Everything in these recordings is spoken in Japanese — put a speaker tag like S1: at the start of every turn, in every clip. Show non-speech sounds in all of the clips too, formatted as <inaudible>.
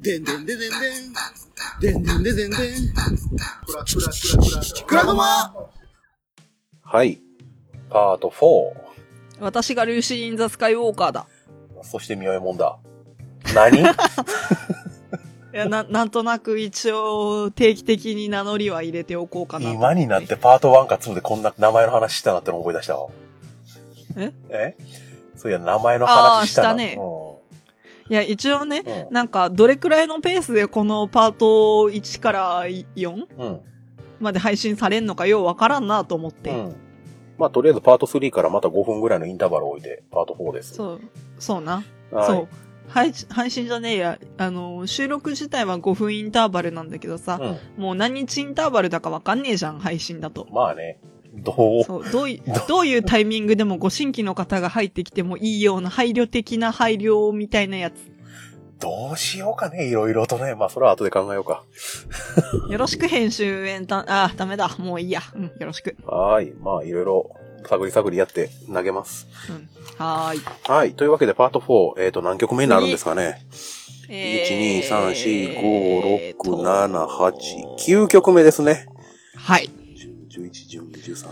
S1: でんでんでんでんでん。でんでんでんでんでん。くらくらくらくら。くらごま
S2: はい。パート4。
S3: 私がルーシー・イン・ザ・スカイ・ウォーカーだ。
S2: そして、みよえもんだ。
S3: <laughs>
S2: 何
S3: いや、な、なんとなく一応定期的に名乗りは入れておこうかなと
S2: 今になってパート1か2でこんな名前の話したなっての思い出したわ。
S3: え
S2: えそういや、名前の話したな。
S3: あーしたね
S2: う
S3: いや、一応ね、
S2: ん。
S3: なんか、どれくらいのペースでこのパート1から 4?
S2: うん。うん。
S3: まで配信されんのかようわからんなと思って。
S2: うん。まあ、とりあえずパート3からまた5分ぐらいのインターバルを置いて、パート4です。
S3: そう、そうな。
S2: はい
S3: そう。配信配信じゃねえや、あの、収録自体は5分インターバルなんだけどさ、
S2: うん。
S3: もう何日インターバルだかわかんねえじゃん、配信だと。
S2: まあね、どう
S3: そう、どうい、どういうタイミングでもご新規の方が入ってきてもいいような配慮的な配慮みたいなやつ。
S2: どうしようかね、いろいろとね。まあ、それは後で考えようか。
S3: よろしく編集エンタ、あ、ダメだ。もういいや。うん、よろしく。
S2: はーい。まあ、いろいろ、探り探りやって投げます。
S3: うん。はーい。
S2: はい。というわけで、パート4、えっ、と、何曲目になるんですかね。
S3: え
S2: 1,
S3: ー
S2: 2, 3, 4, 5, 6,
S3: と
S2: 7, 8, 9曲目ですね。
S3: はい。
S2: 10 11、12、13、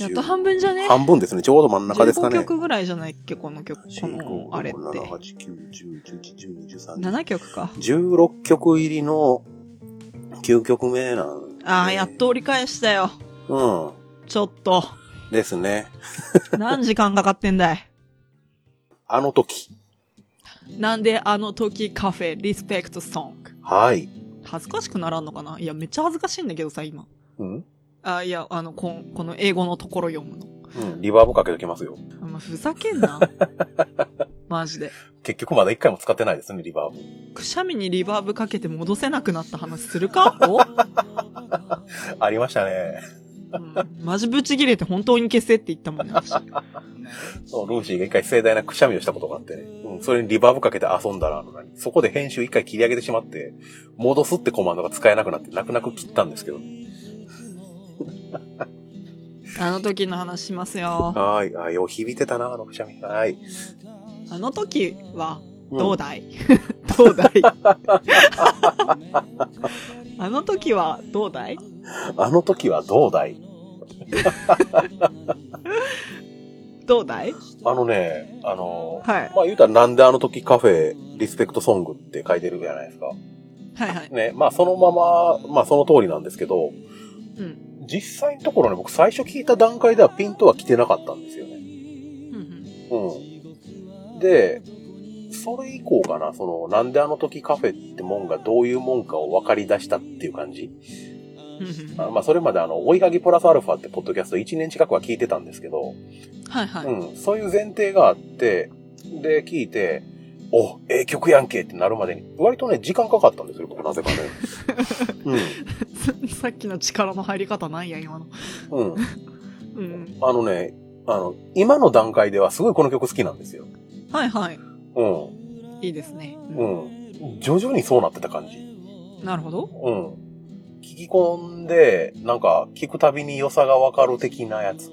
S3: やっ
S2: 14、
S3: と
S2: 15。
S3: 半分じゃね
S2: 半分ですね。ちょうど真ん中ですか
S3: 15
S2: ね。
S3: 曲ぐらいじゃないっけこの曲、この、あれって。
S2: 7、8、9、10、11、12、13、
S3: 7曲か。
S2: 16曲入りの9曲目なんで
S3: ああ、やっと折り返したよ。
S2: うん。
S3: ちょっと。
S2: ですね。
S3: 何時間かかってんだい。
S2: あの時。
S3: なんであの時カフェ、リスペクトソング。
S2: はい。
S3: 恥ずかしくならんのかないや、めっちゃ恥ずかしいんだけどさ、今。
S2: うん。
S3: あ、いや、あの、こんこの英語のところ読むの。
S2: うん。リバーブかけときますよ。
S3: あまあふざけんな。マジで。
S2: 結局まだ一回も使ってないですね、リバーブ。
S3: くしゃみにリバーブかけて戻せなくなった話するかお、
S2: ありましたね。
S3: うん、マジブチ切れて本当に消せって言ったもんね、私。
S2: そう、ルーシーが一回盛大なくしゃみをしたことがあってね。うん。それにリバーブかけて遊んだら、あの何そこで編集一回切り上げてしまって、戻すってコマンドが使えなくなって、泣く泣く切ったんですけど。
S3: あの時の話しますよ。
S2: はーい。あー、よう響いてたな、あのくしゃみ。はい。
S3: あの時は、
S2: うん
S3: どうだい、どうだいあの時は、どうだい
S2: あの時はどうだい
S3: どうだい
S2: あのね、あのー
S3: はい。
S2: まあ言うたらなんであの時カフェ、リスペクトソングって書いてるじゃないですか。
S3: はいはい。
S2: ね、まあそのまま、まあその通りなんですけど、
S3: うん。
S2: 実際のところね、僕最初聞いた段階ではピンとは来てなかったんですよね。
S3: うんうん
S2: うん。で、それ以降かな、その、なんであの時カフェってもんがどういうもんかを分かり出したっていう感じ。
S3: うんうん
S2: あまあそれまであの、追いかぎプラスアルファってポッドキャスト1年近くは聞いてたんですけど、
S3: はいはい。
S2: うん、そういう前提があって、で、聞いて、お、ええ曲やんけってなるまでに、割とね、時間かかったんですよ、僕、なぜ <laughs> かね。
S3: <laughs> さっきの力の入り方なんや、今の。
S2: うん、うん。
S3: うん。
S2: あのね、あの、今の段階ではすごいこの曲好きなんですよ。
S3: はいはい。
S2: うん、
S3: いいですね。
S2: うん。徐々にそうなってた感じ。
S3: なるほど。
S2: うん。聞き込んで、なんか、聞くたびに良さがわかる的なやつ。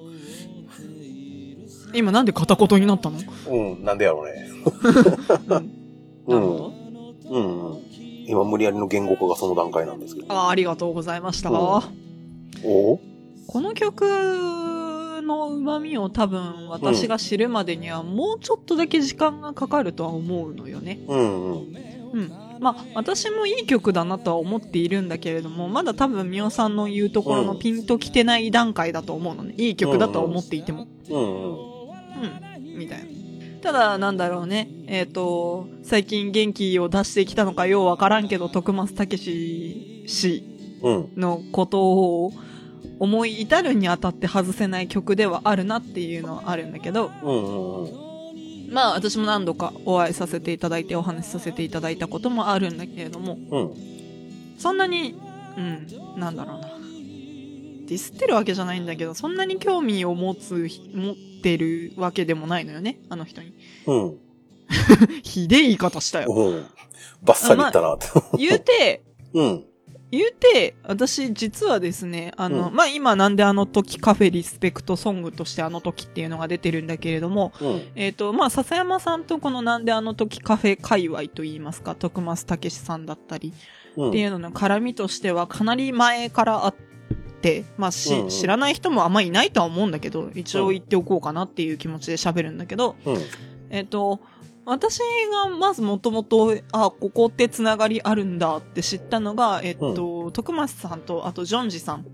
S3: 今なんで片言になったの、
S2: うん、なんでやろうね。
S3: うん、
S2: う
S3: なる
S2: ん
S3: ほ、ど。
S2: うん、うん。今、無理やりの言語化がその段階なんですけど。
S3: あーありがとうございました。
S2: う
S3: こ
S2: お
S3: の曲の旨味を多分私が知るまでにはもうちょっとだけ時間がかかるとは思うのよね。
S2: うん、うん。
S3: うん。まあ私もいい曲だなとは思っているんだけれども、まだ多分みおさんの言うところのピンときてない段階だと思うのね。いい曲だとは思っていても。
S2: うん、うん。
S3: うん、みたいな。ただ、なんだろうね。えっ、と、最近元気を出してきたのかようわからんけど、徳松武史氏
S2: うん。
S3: のことを思い至るにあたって外せない曲ではあるなっていうのはあるんだけど、
S2: うんうんうん。
S3: まあ私も何度かお会いさせていただいてお話しさせていただいたこともあるんだけれども、
S2: うん。
S3: そんなに、うん、なんだろうな。ディスってるわけじゃないんだけど、そんなに興味を持つ、持ってるわけでもないのよね、あの人に。
S2: うん。
S3: ひでえ言い方したよ。
S2: うん。バッサリいったなって。
S3: <laughs> 言うて、
S2: うん。
S3: 言うて、私実はですね、あの、
S2: う
S3: まあ、今なんであの時カフェリスペクトソングとしてあの時っていうのが出てるんだけれども、
S2: うん。
S3: えっ、と、まあ、笹山さんとこのなんであの時カフェ界隈といいますか、徳松たけしさんだったり
S2: うん。
S3: っていうのの絡みとしてはかなり前からあって、まあ、し
S2: うんうん
S3: 知らない人もあんまいないとは思うんだけど、一応言っておこうかなっていう気持ちで喋るんだけど、
S2: うん。
S3: えっ、と、私がまずもともと、あ、ここってつながりあるんだって知ったのが、えっ、と、徳松さんと、あとジョンジさん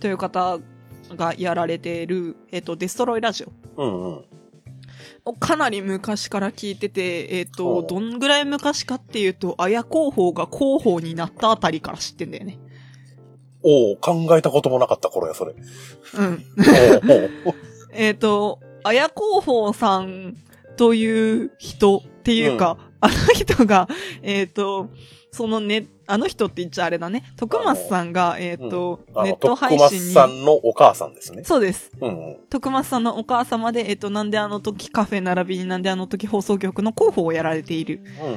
S3: という方がやられている、えっ、と、デストロイラジオ
S2: うん。うん。
S3: をかなり昔から聞いてて、えっ、
S2: ほ
S3: と、
S2: う
S3: どんぐらい昔かっていうと、綾候補が候補になったあたりから知ってんだよね。
S2: おお考えたこともなかった頃や、そ
S3: <laughs>
S2: れ。
S3: うん。
S2: おお
S3: えっ、と、綾候補さんという人っていうか、あの人が、えっ、と、そのね、あの人って言っちゃあれだね。徳松さんが、えっ、と、
S2: あ
S3: ネ
S2: の、
S3: ット
S2: 徳
S3: 配信
S2: 松
S3: に。
S2: さんのお母さんですね。
S3: そうです。
S2: うんうん。
S3: 徳松さんのお母様で、えっ、と、なんであの時カフェ並びになんであの時放送局の広報をやられている。
S2: うん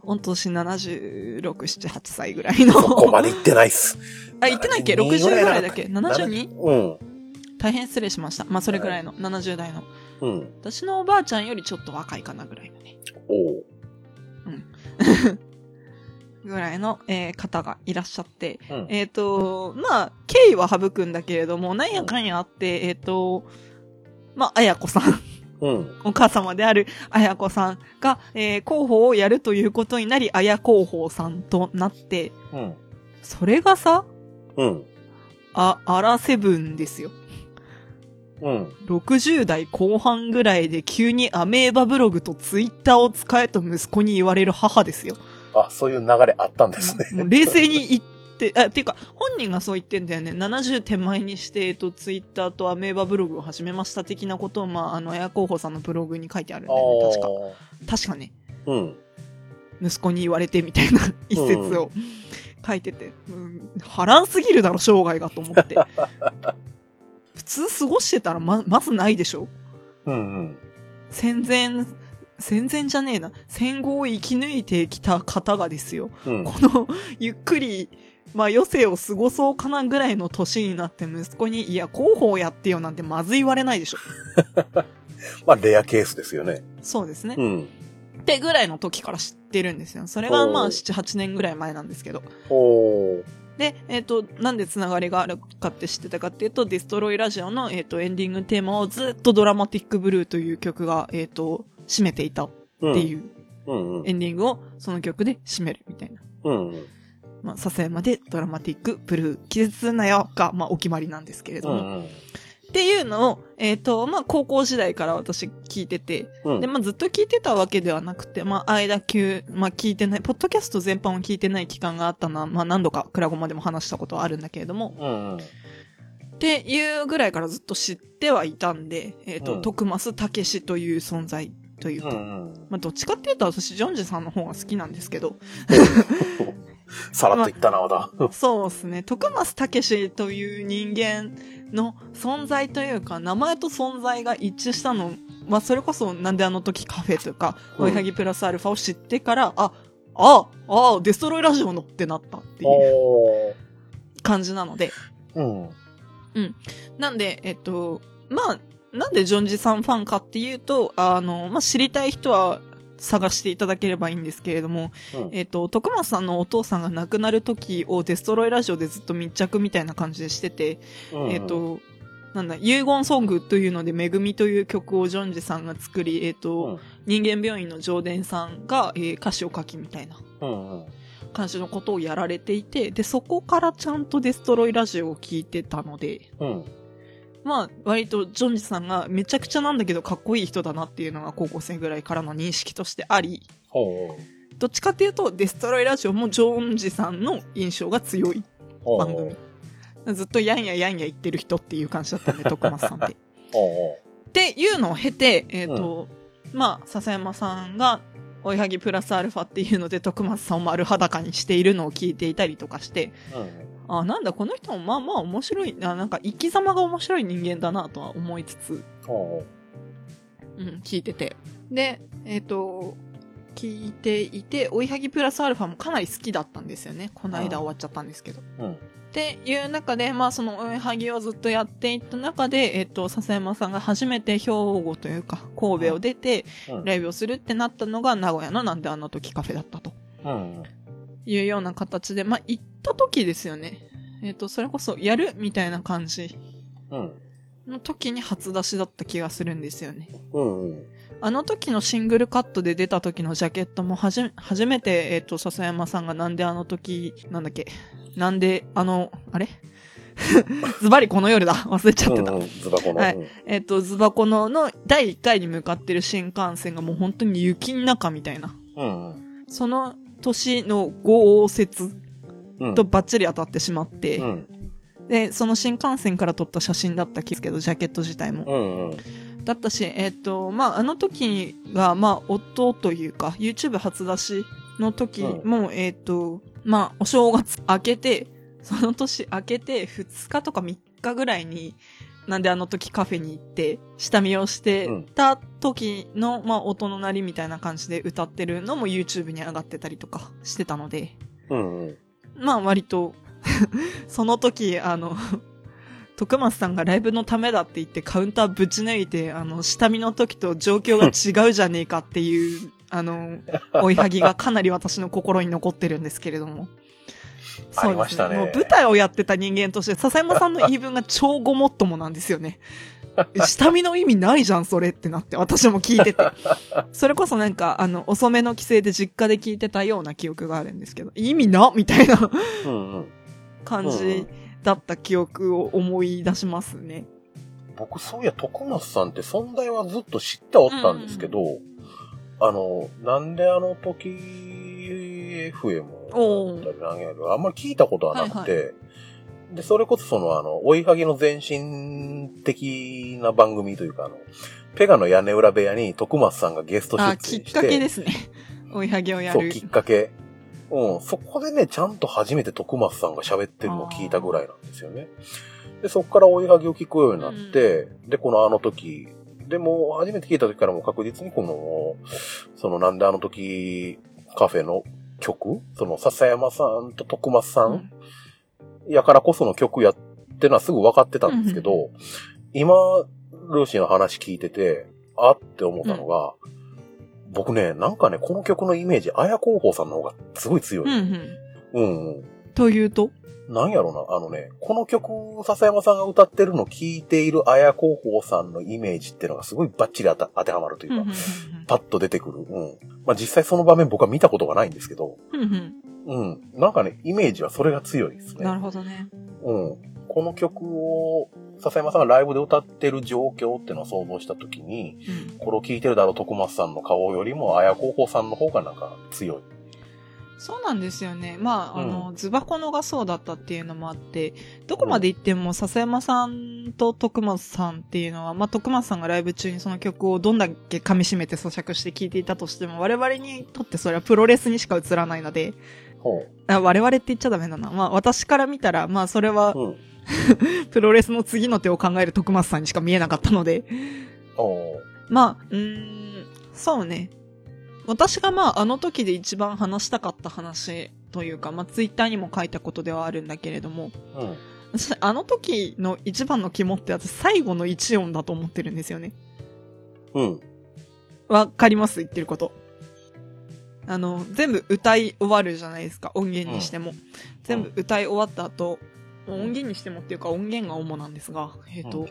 S3: <laughs>
S2: うん。
S3: 御年76、7、8歳ぐらいの。
S2: そこまで行ってないっす。
S3: あ、言ってないっけ ?60 ぐらいだっけ ?72?
S2: うん。
S3: 大変失礼しました。まあ、それぐらいの、70代の。
S2: うん。
S3: 私のおばあちゃんよりちょっと若いかなぐらいのね。
S2: おお
S3: ぐらいの、えー方がいらっしゃって。
S2: うん。
S3: えっ、と、まあ、経緯は省くんだけれども、なんやかんやあって、えっ、と、まあ、あやこさん、 <laughs>
S2: うん。
S3: お母様であるあやこさんが、えー広報をやるということになり、あや広報さんとなって、
S2: うん。
S3: それがさ、
S2: うん。
S3: あ、アラセブンですよ。
S2: うん。
S3: 60代後半ぐらいで急にアメーバブログとツイッターを使えと息子に言われる母ですよ。
S2: あ、そういう流れあったんですね。
S3: もう冷静に言って、あ、ていうか、本人がそう言ってんだよね。70手前にして、えっと、ツイッターとアメーバブログを始めました的なことを、まあ、あの、エア候補さんのブログに書いてあるんだよね。確か。確かね、
S2: うん。
S3: 息子に言われてみたいな一節を書いてて、うん、波乱すぎるだろ、生涯がと思って。 <laughs> 普通過ごしてたらま、まずないでしょ
S2: うんうん。
S3: 戦前、戦前じゃねえな。戦後を生き抜いてきた方がですよ。
S2: うん。
S3: この、ゆっくり、まあ余生を過ごそうかなぐらいの年になって息子に、いや、広報やってよなんてまず言われないでしょ。
S2: まあ、レアケースですよね。
S3: そうですね
S2: う。ん。
S3: ってぐらいの時から知ってるんですよ。それがまあ
S2: おう
S3: 7、8年ぐらい前なんですけど。
S2: おお
S3: で、えっ、と、なんでつながりがあるかって知ってたかっていうと、デストロイラジオの、えっとエンディングテーマをずっとドラマティックブルーという曲が、えっ、と、締めていたっ
S2: って。
S3: いうう
S2: うんうん
S3: エ。ンディングをその曲で締めるみたいな。
S2: うんうん。
S3: まあ、笹山でドラマティック、ブルー、気絶すんなよが、まあ、お決まりなんですけれど
S2: う
S3: も。
S2: ん
S3: っていうのを、えっ、と、まあ、高校時代から私聞いてて、
S2: うん。
S3: で、まあ、ずっと聞いてたわけではなくて、まあ、間級、まあ、聞いてない、ポッドキャスト全般を聞いてない期間があったのは、まあ、何度かクラゴマでも話したことはあるんだけれども、
S2: うんうん。
S3: っていうぐらいからずっと知ってはいたんで、えっ、
S2: う
S3: と、
S2: ん
S3: 徳増たけしという存在という
S2: う
S3: か、
S2: んうん。
S3: まあ、どっちかっていうと私、ジョンジさんの方が好きなんですけど、
S2: さらっと言ったな、まだ。
S3: そうですね。徳松たけしという人間の存在というか、名前と存在が一致したのは、それこそ、なんであの時カフェとか、
S2: うん
S3: おやぎプラスアルファを知ってから、あ、あ、あ、デストロイラジオのってなったっていう
S2: おー
S3: 感じなので。
S2: うん。
S3: なんで、えっと、まあ、なんでジョンジさんファンかっていうと、あの、まあ、知りたい人は探していただければいいんですけれども、
S2: うん
S3: えっと、徳松さんのお父さんが亡くなる時をデストロイラジオでずっと密着みたいな感じでしてて、
S2: うん
S3: えっ、、と、なんだ、遺言ソングというので、めぐみという曲をジョンジさんが作り、えっ、と、
S2: うん
S3: 人間病院の上田さんが、えー歌詞を書きみたいな
S2: うんうん。
S3: 感じのことをやられていて、で、そこからちゃんとデストロイラジオを聞いてたので、
S2: うん。
S3: まあ、割とジョンジさんがめちゃくちゃなんだけどかっこいい人だなっていうのが高校生ぐらいからの認識としてあり、
S2: ほ
S3: どっちかっていうと、デストロイラジオもジョンジさんの印象が強い。
S2: うほう。
S3: 番組ずっとやんややんや言ってる人っていう感じだったんで、徳松さんって。
S2: ほ
S3: っていうのを経て、えっ、と、まあ、笹山さんが、おいはぎプラスアルファっていうので、徳松さんを丸裸にしているのを聞いていたりとかして、
S2: う。うん。
S3: あ、なんだ、この人もまあまあ面白い、あなんか生き様が面白い人間だなとは思いつつ、
S2: ほ
S3: うん、聞いてて。で、えっ、と、聞いていて、追いはぎプラスアルファもかなり好きだったんですよね。この間終わっちゃったんですけど。
S2: うん。
S3: っていう中で、まあその追いはぎをずっとやっていった中で、えっと、笹山さんが初めて兵庫というか、神戸を出て、
S2: うん
S3: ライブをするってなったのが名古屋のなんであの時カフェだったと
S2: うん。
S3: いうような形で、まあ行った時ですよね。えっと、それこそやるみたいな感じ
S2: うん。
S3: の時に初出しだった気がするんですよね。
S2: うん。うん。
S3: あの時のシングルカットで出た時のジャケットもはじめ、初めて、えっ、と、笹山さんがなんであの時、なんだっけ、なんで、あの、あれ <laughs> ズバリこの夜だ。忘れちゃってた。
S2: うんうんズバコの。
S3: はい
S2: うん
S3: えっ、と、ズバコのの第1回に向かってる新幹線がもう本当に雪の中みたいな。
S2: うん。
S3: その年の豪雪
S2: うん。
S3: とバッチリ当たってしまって、
S2: うん。
S3: で、その新幹線から撮った写真だった気ですけど、ジャケット自体も。
S2: うん。うん。
S3: だったし、えっ、と、まあ、あの時が、まあ、夫というか、YouTube 初出しの時も、えっ、と、まあ、お正月明けて、その年明けて、2日とか3日ぐらいに、なんであの時カフェに行って、下見をしてた時の、まあ、音の鳴りみたいな感じで歌ってるのも YouTube に上がってたりとかしてたので、
S2: うん。うん。
S3: まあ割と、その時、あの、 <laughs> 徳松さんがライブのためだって言ってカウンターぶち抜いて、あの、下見の時と状況が違うじゃねえかっ
S2: <laughs>
S3: ていう、あの、追いはぎがかなり私の心に残ってるんですけれども。
S2: ありましたね
S3: もう舞台をやってた人間として、笹山さんの言い分が超ごもっともなんです
S2: <laughs>
S3: よね。下見の意味ないじゃん、それってなって、私も聞いてて。それこそなんか、あの、遅めの帰省で実家で聞いてたような記憶があるんですけど、意味なみたいな。
S2: うん。うん。
S3: 感
S2: うんう
S3: じ
S2: ん
S3: だった記憶を思い出しますね。
S2: 僕、そういや、徳松さんって存在はずっと知ってはおったんですけど、あの、なんであの時 FM
S3: お
S2: だったりなんやろあんまり聞いたことはなくて、で、それこそその、あの、追いはぎの前身的な番組というか、あの、ペガの屋根裏部屋に徳松さんがゲスト出
S3: あ、
S2: 演
S3: きっ
S2: して、
S3: かけですね。 <laughs> 追いはぎをや
S2: そう、
S3: る。
S2: きっかけ。うん、そこでね、ちゃんと初めて徳松さんが喋ってるのを聞いたぐらいなんですよね。で、そこから追いはぎを聞くようになって、で、このあの時、でも、初めて聞いた時からもう確実にこの、そのなんであの時カフェの曲その笹山さんと徳松さ
S3: うんん
S2: やからこその曲やってのはすぐ分かってたんですけど、今、ルーシーの話聞いてて、あって思ったのが、僕ね、なんかね、この曲のイメージ、綾候補さんの方がすごい強
S3: う
S2: い。
S3: んうん。
S2: うん、うん、
S3: というと
S2: なんやろな、あのね、この曲、笹山さんが歌ってるのを聴いている綾候補さんのイメージっていうのがすごいバッチリ当た当てはまるといううんか、
S3: うん
S2: パッと出てくる。うん。まあ、実際その場面僕は見たことがないんですけど、
S3: うんうん
S2: うん。なんかね、イメージはそれが強いですね。
S3: なるほどね。
S2: うん。この曲を、笹山さんがライブで歌ってる状況っていうのを想像したときに、
S3: うん
S2: これを聴いてるだろう徳松さんの顔よりも、綾候補さんの方がなんか強い。
S3: そうなんですよね。まあ、あの、
S2: う
S3: ズバコのがそうだったっていうのもあって、どこまで行っても笹山さんと徳松さんっていうのは、まあ、徳松さんがライブ中にその曲をどんだけ噛み締めて咀嚼して聴いていたとしても、我々にとってそれはプロレスにしか映らないので、
S2: ほう。
S3: あ我々って言っちゃダメだな。まあ私から見たら、まあそれは
S2: うん。
S3: プロレスの次の手を考える徳松さんにしか見えなかったので。
S2: おう
S3: まあ、うーん、そうね。私がまああの時で一番話したかった話というか、まあツイッターにも書いたことではあるんだけれども、
S2: うん。
S3: 私あの時の一番の肝って私最後の一音だと思ってるんですよね。
S2: うん。
S3: わかります言ってること。あの、全部歌い終わるじゃないですか、音源にしても。全部歌い終わった後、
S2: ん
S3: 音源にしてもっていうか音源が主なんですが、えっ、と、
S2: うん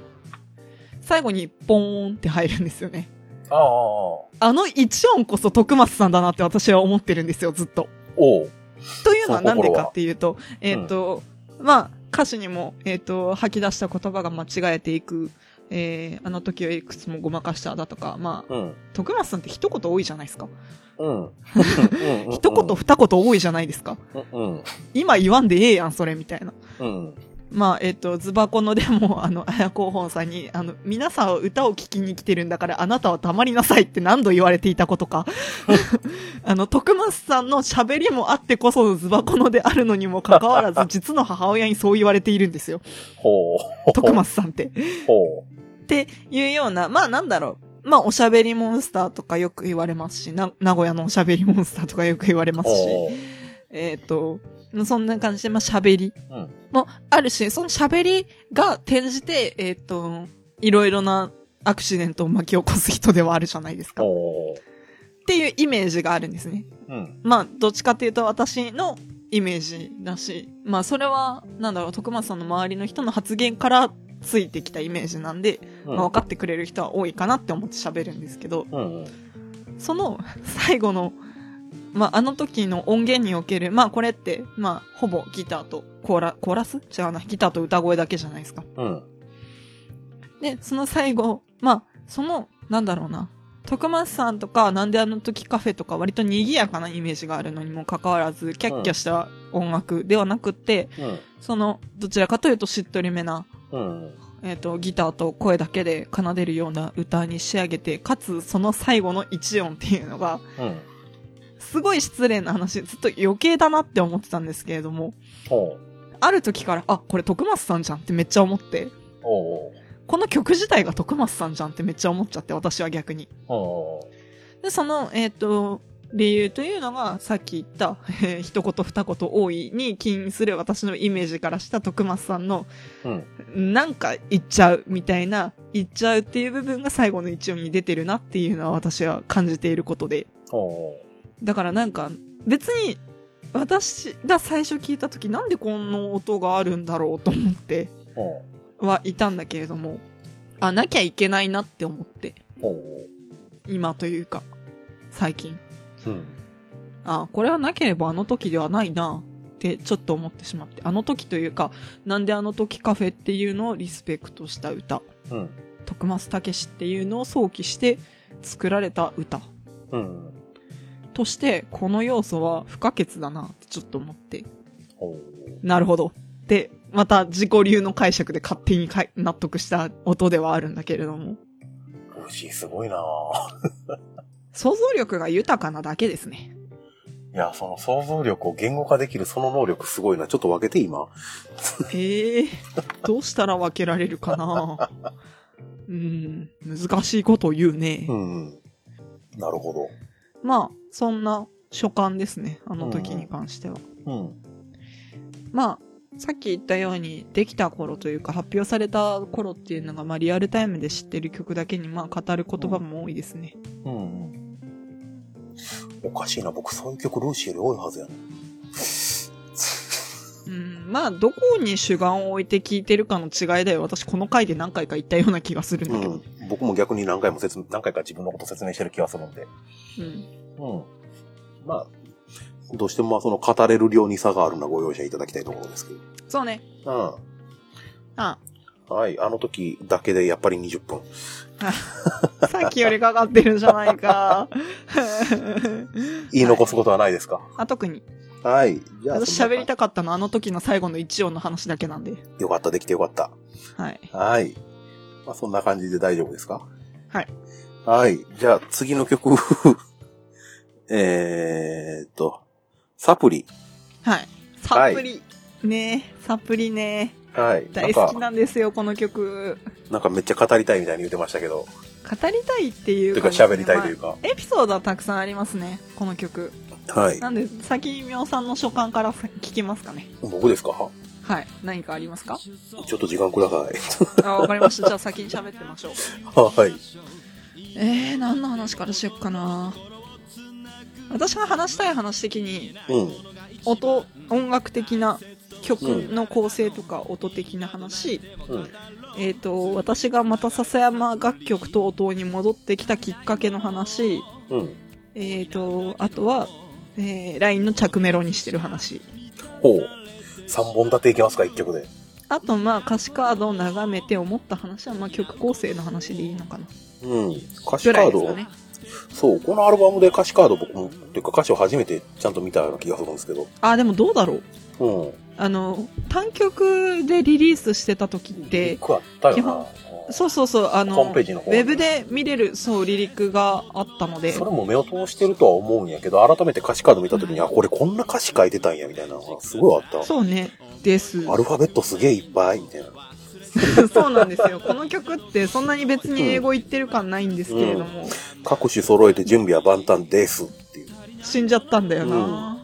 S3: 最後にポーンって入るんですよね。
S2: ああ。お
S3: あの一音こそ徳松さんだなって私は思ってるんですよ、ずっと。
S2: う。
S3: というのは
S2: その
S3: なんで
S2: 心は
S3: かっていうと、えっ、と、まあ、歌詞にも、えっ、と、吐き出した言葉が間違えていく、えー、あの時はいくつもごまかしただとか、まあ、
S2: うん。
S3: 徳松さんって一言多いじゃないですか。
S2: うん。うん
S3: 一言二言多いじゃないですか。
S2: うん。
S3: 今言わんでええやん、それ、みたいな。
S2: うん。
S3: まあ、えっ、と、ズバコのでも、あの、綾候補さんに、あの、皆さんは歌を聴きに来てるんだから、あなたは黙りなさいって何度言われていたことか。 <laughs> あの、徳松さんの喋りもあってこそのズバコのであるのにもかかわらず、実の母親にそう言われているんですよ。
S2: ほう。
S3: 徳松さんって。っ
S2: ほう。
S3: ていうような、まあなんだろう。まあ、おしゃべりモンスターとかよく言われますし、な名古屋のおしゃべりモンスターとかよく言われますし、えっ、と、そんな感じで、まあ、喋り
S2: うん
S3: もあるし、その喋りが転じて、えっ、と、いろいろなアクシデントを巻き起こす人ではあるじゃないですか。っ
S2: おー
S3: ていうイメージがあるんですね。
S2: うん。
S3: まあ、どっちかっていうと私のイメージだし、まあ、それは、なんだろう、徳松さんの周りの人の発言からついてきたイメージなんで、
S2: うん
S3: まあ、分かってくれる人は多いかなって思って喋るんですけど、
S2: うんうん。
S3: その最後の、まあ、あの時の音源における、まあ、これって、まあ、ほぼギターとコーラ、コーラス違うな、ギターと歌声だけじゃないですか。
S2: うん。
S3: で、その最後、まあ、その、なんだろうな、徳松さんとか、なんであの時カフェとか、割と賑やかなイメージがあるのにもかかわらず、キャッキャした音楽ではなくって、その、どちらかというとしっとりめな、
S2: うん。うん。
S3: えっ、と、ギターと声だけで奏でるような歌に仕上げて、かつ、その最後の一音っていうのが、
S2: うん。
S3: すごい失礼な話、ずっと余計だなって思ってたんですけれども、
S2: おう
S3: ある時から、あ、これ徳松さんじゃんってめっちゃ思って、
S2: おう
S3: この曲自体が徳松さんじゃんってめっちゃ思っちゃって、私は逆に。
S2: おう
S3: で、その、えっ、と、理由というのが、さっき言った、 <laughs> えー一言二言多いに起因する私のイメージからした徳松さんの、
S2: うん
S3: なんか言っちゃうみたいな、言っちゃうっていう部分が最後の一音に出てるなっていうのは私は感じていることで。
S2: おう
S3: だからなんか別に私が最初聞いた時なんでこの音があるんだろうと思って
S2: おう
S3: はいたんだけれどもあなきゃいけないなって思って
S2: おう
S3: 今というか最近
S2: うん。
S3: あこれはなければあの時ではないなってちょっと思ってしまってあの時というかなんであの時カフェっていうのをリスペクトした歌
S2: うん。
S3: 徳松武史っていうのを想起して作られた歌
S2: うん。
S3: としてこの要素は不可欠だなってちょっと思って
S2: おう
S3: なるほど。で、また自己流の解釈で勝手にかい納得した音ではあるんだけれども、
S2: 藤井すごいなぁ。
S3: 想像力が豊かなだけですね。
S2: いや、その想像力を言語化できるその能力すごいな。ちょっと分けて今。
S3: ええどうしたら分けられるかなうん、難しいことを言うね。
S2: うん。なるほ
S3: まあ、そんな所感ですね、あの時に関しては。
S2: ど。うん。
S3: まあ、さっき言ったように、できた頃というか、発表された頃っていうのが、まあ、リアルタイムで知ってる曲だけに、まあ、語る言葉も多いですね。
S2: うんうん。おかしいな。僕そういう曲ルーシーより多いはずやな。
S3: うん、まあ、どこに主眼を置いて聞いてるかの違いだよ。私、この回で何回か言ったような気がするんだけど。
S2: うん。僕も逆に何回も説明、何回か自分のこと説明してる気がするんで。
S3: うん。
S2: うん。まあ、どうしてもまあその語れる量に差があるのはご容赦いただきたいところですけ
S3: そうね。
S2: ど。 <laughs>
S3: あ
S2: うん。はい。あの時だけでやっぱり20分。
S3: あ、さっきよりかかってるじゃな
S2: <laughs>
S3: いか。
S2: 言い残すことはないですか
S3: あ、特に。
S2: はい。じゃあ、
S3: 私
S2: そんな
S3: 喋りたかったのは、あの時の最後の一音の話だけなんで。
S2: よかった、できてよかった。
S3: はい。
S2: はい。まあそんな感じで大丈夫ですか
S3: はい。
S2: はい。じゃあ次の曲。 <laughs> えーっと、サプリ。
S3: はい。サプリ。ねえ、サプリね
S2: はい。
S3: 大好き
S2: なんか、
S3: なんですよ、この曲。
S2: なんかめっちゃ語りたいみたいに言ってましたけど。
S3: 語りたいってい
S2: といううか喋りたいというか。
S3: かですね。まあエピソードはたくさんありますね、この曲。
S2: はい。
S3: なんで、先にみょうさんの所感からさ聞きますかね。
S2: 僕ですか
S3: はい。何かありますか
S2: ちょっと時間ください。 <laughs>
S3: あ、わかりました。じゃあ先に喋ってましょう。
S2: はい。
S3: えー、何の話からしよっかな。私が話したい話的に、
S2: うん。
S3: 音、音楽的な曲の構成とか音的な話、
S2: うん。
S3: えっ、と、私がまた笹山楽曲と音に戻ってきたきっかけの話、
S2: うん。
S3: えっ、と、あとは、えー、LINE の着メロにしてる話。
S2: ほう。3本立ていきますか、1曲で。
S3: あと、まあ、歌詞カードを眺めて思った話は、まあ、曲構成の話でいいのかな。
S2: うん。歌詞
S3: ぐ
S2: カ
S3: らい
S2: ー
S3: ですか
S2: ド、
S3: ね。
S2: そう、このアルバムで歌詞カード僕も、っていうか歌詞を初めてちゃんと見たような気がするんですけど。
S3: あ、でもどうだろう
S2: うん。
S3: あの、単曲でリリースしてた時って
S2: 一、個あったよ
S3: 基
S2: な
S3: 本。そうそうそう、
S2: ホ
S3: あ
S2: ーム
S3: の、ウ
S2: ページの方
S3: ェブ。で見れる、そう、リリックがあったので
S2: そ、れも目を通してるとは思うんやけど、改めて歌詞カード見た時に、あ、これこんな歌詞書いてたんや、みたいなのがすごいあった。
S3: そうね、です。
S2: アルファベットすげえいっぱい、みたいな。
S3: <laughs> そうなんですよ。この曲ってそんなに別に英語言ってる感ないんですけれども、
S2: 各種揃えて準備は万端ですっていう。
S3: 死んじゃったんだよな。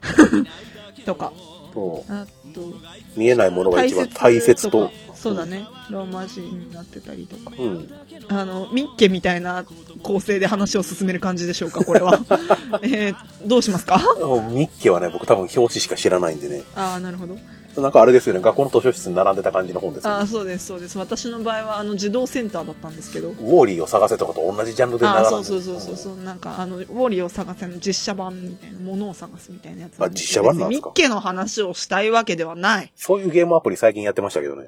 S3: <laughs> とか。
S2: そ
S3: あと、
S2: う見えないものが一番大切と。
S3: かそうだね。ローマ字になってたりとか。
S2: うん。
S3: あの、ミッケみたいな構成で話を進める感じでしょうか、
S2: <laughs>
S3: これは。えーどうしますか
S2: ミッケはね、僕多分表紙しか知らないんでね。
S3: ああ、なるほど。
S2: なんかあれですよね、学校の図書室に並んでた感じの本ですよ
S3: あ
S2: ね、
S3: あ、そうです、そうです。私の場合は、あの、児童センターだったんですけど。
S2: ウォーリーを探せとかと同じジャンルで並
S3: あ
S2: ん
S3: あ、
S2: で
S3: そうそうそうそうそう、なんか、あの、ウォーリーを探せの実写版みたいな、ものを探すみたいなやつなんですけど。
S2: あ実写版なんです
S3: 別
S2: か
S3: にミッケの話をしたいわけではない。
S2: そういうゲームアプリ最近やってましたけどね。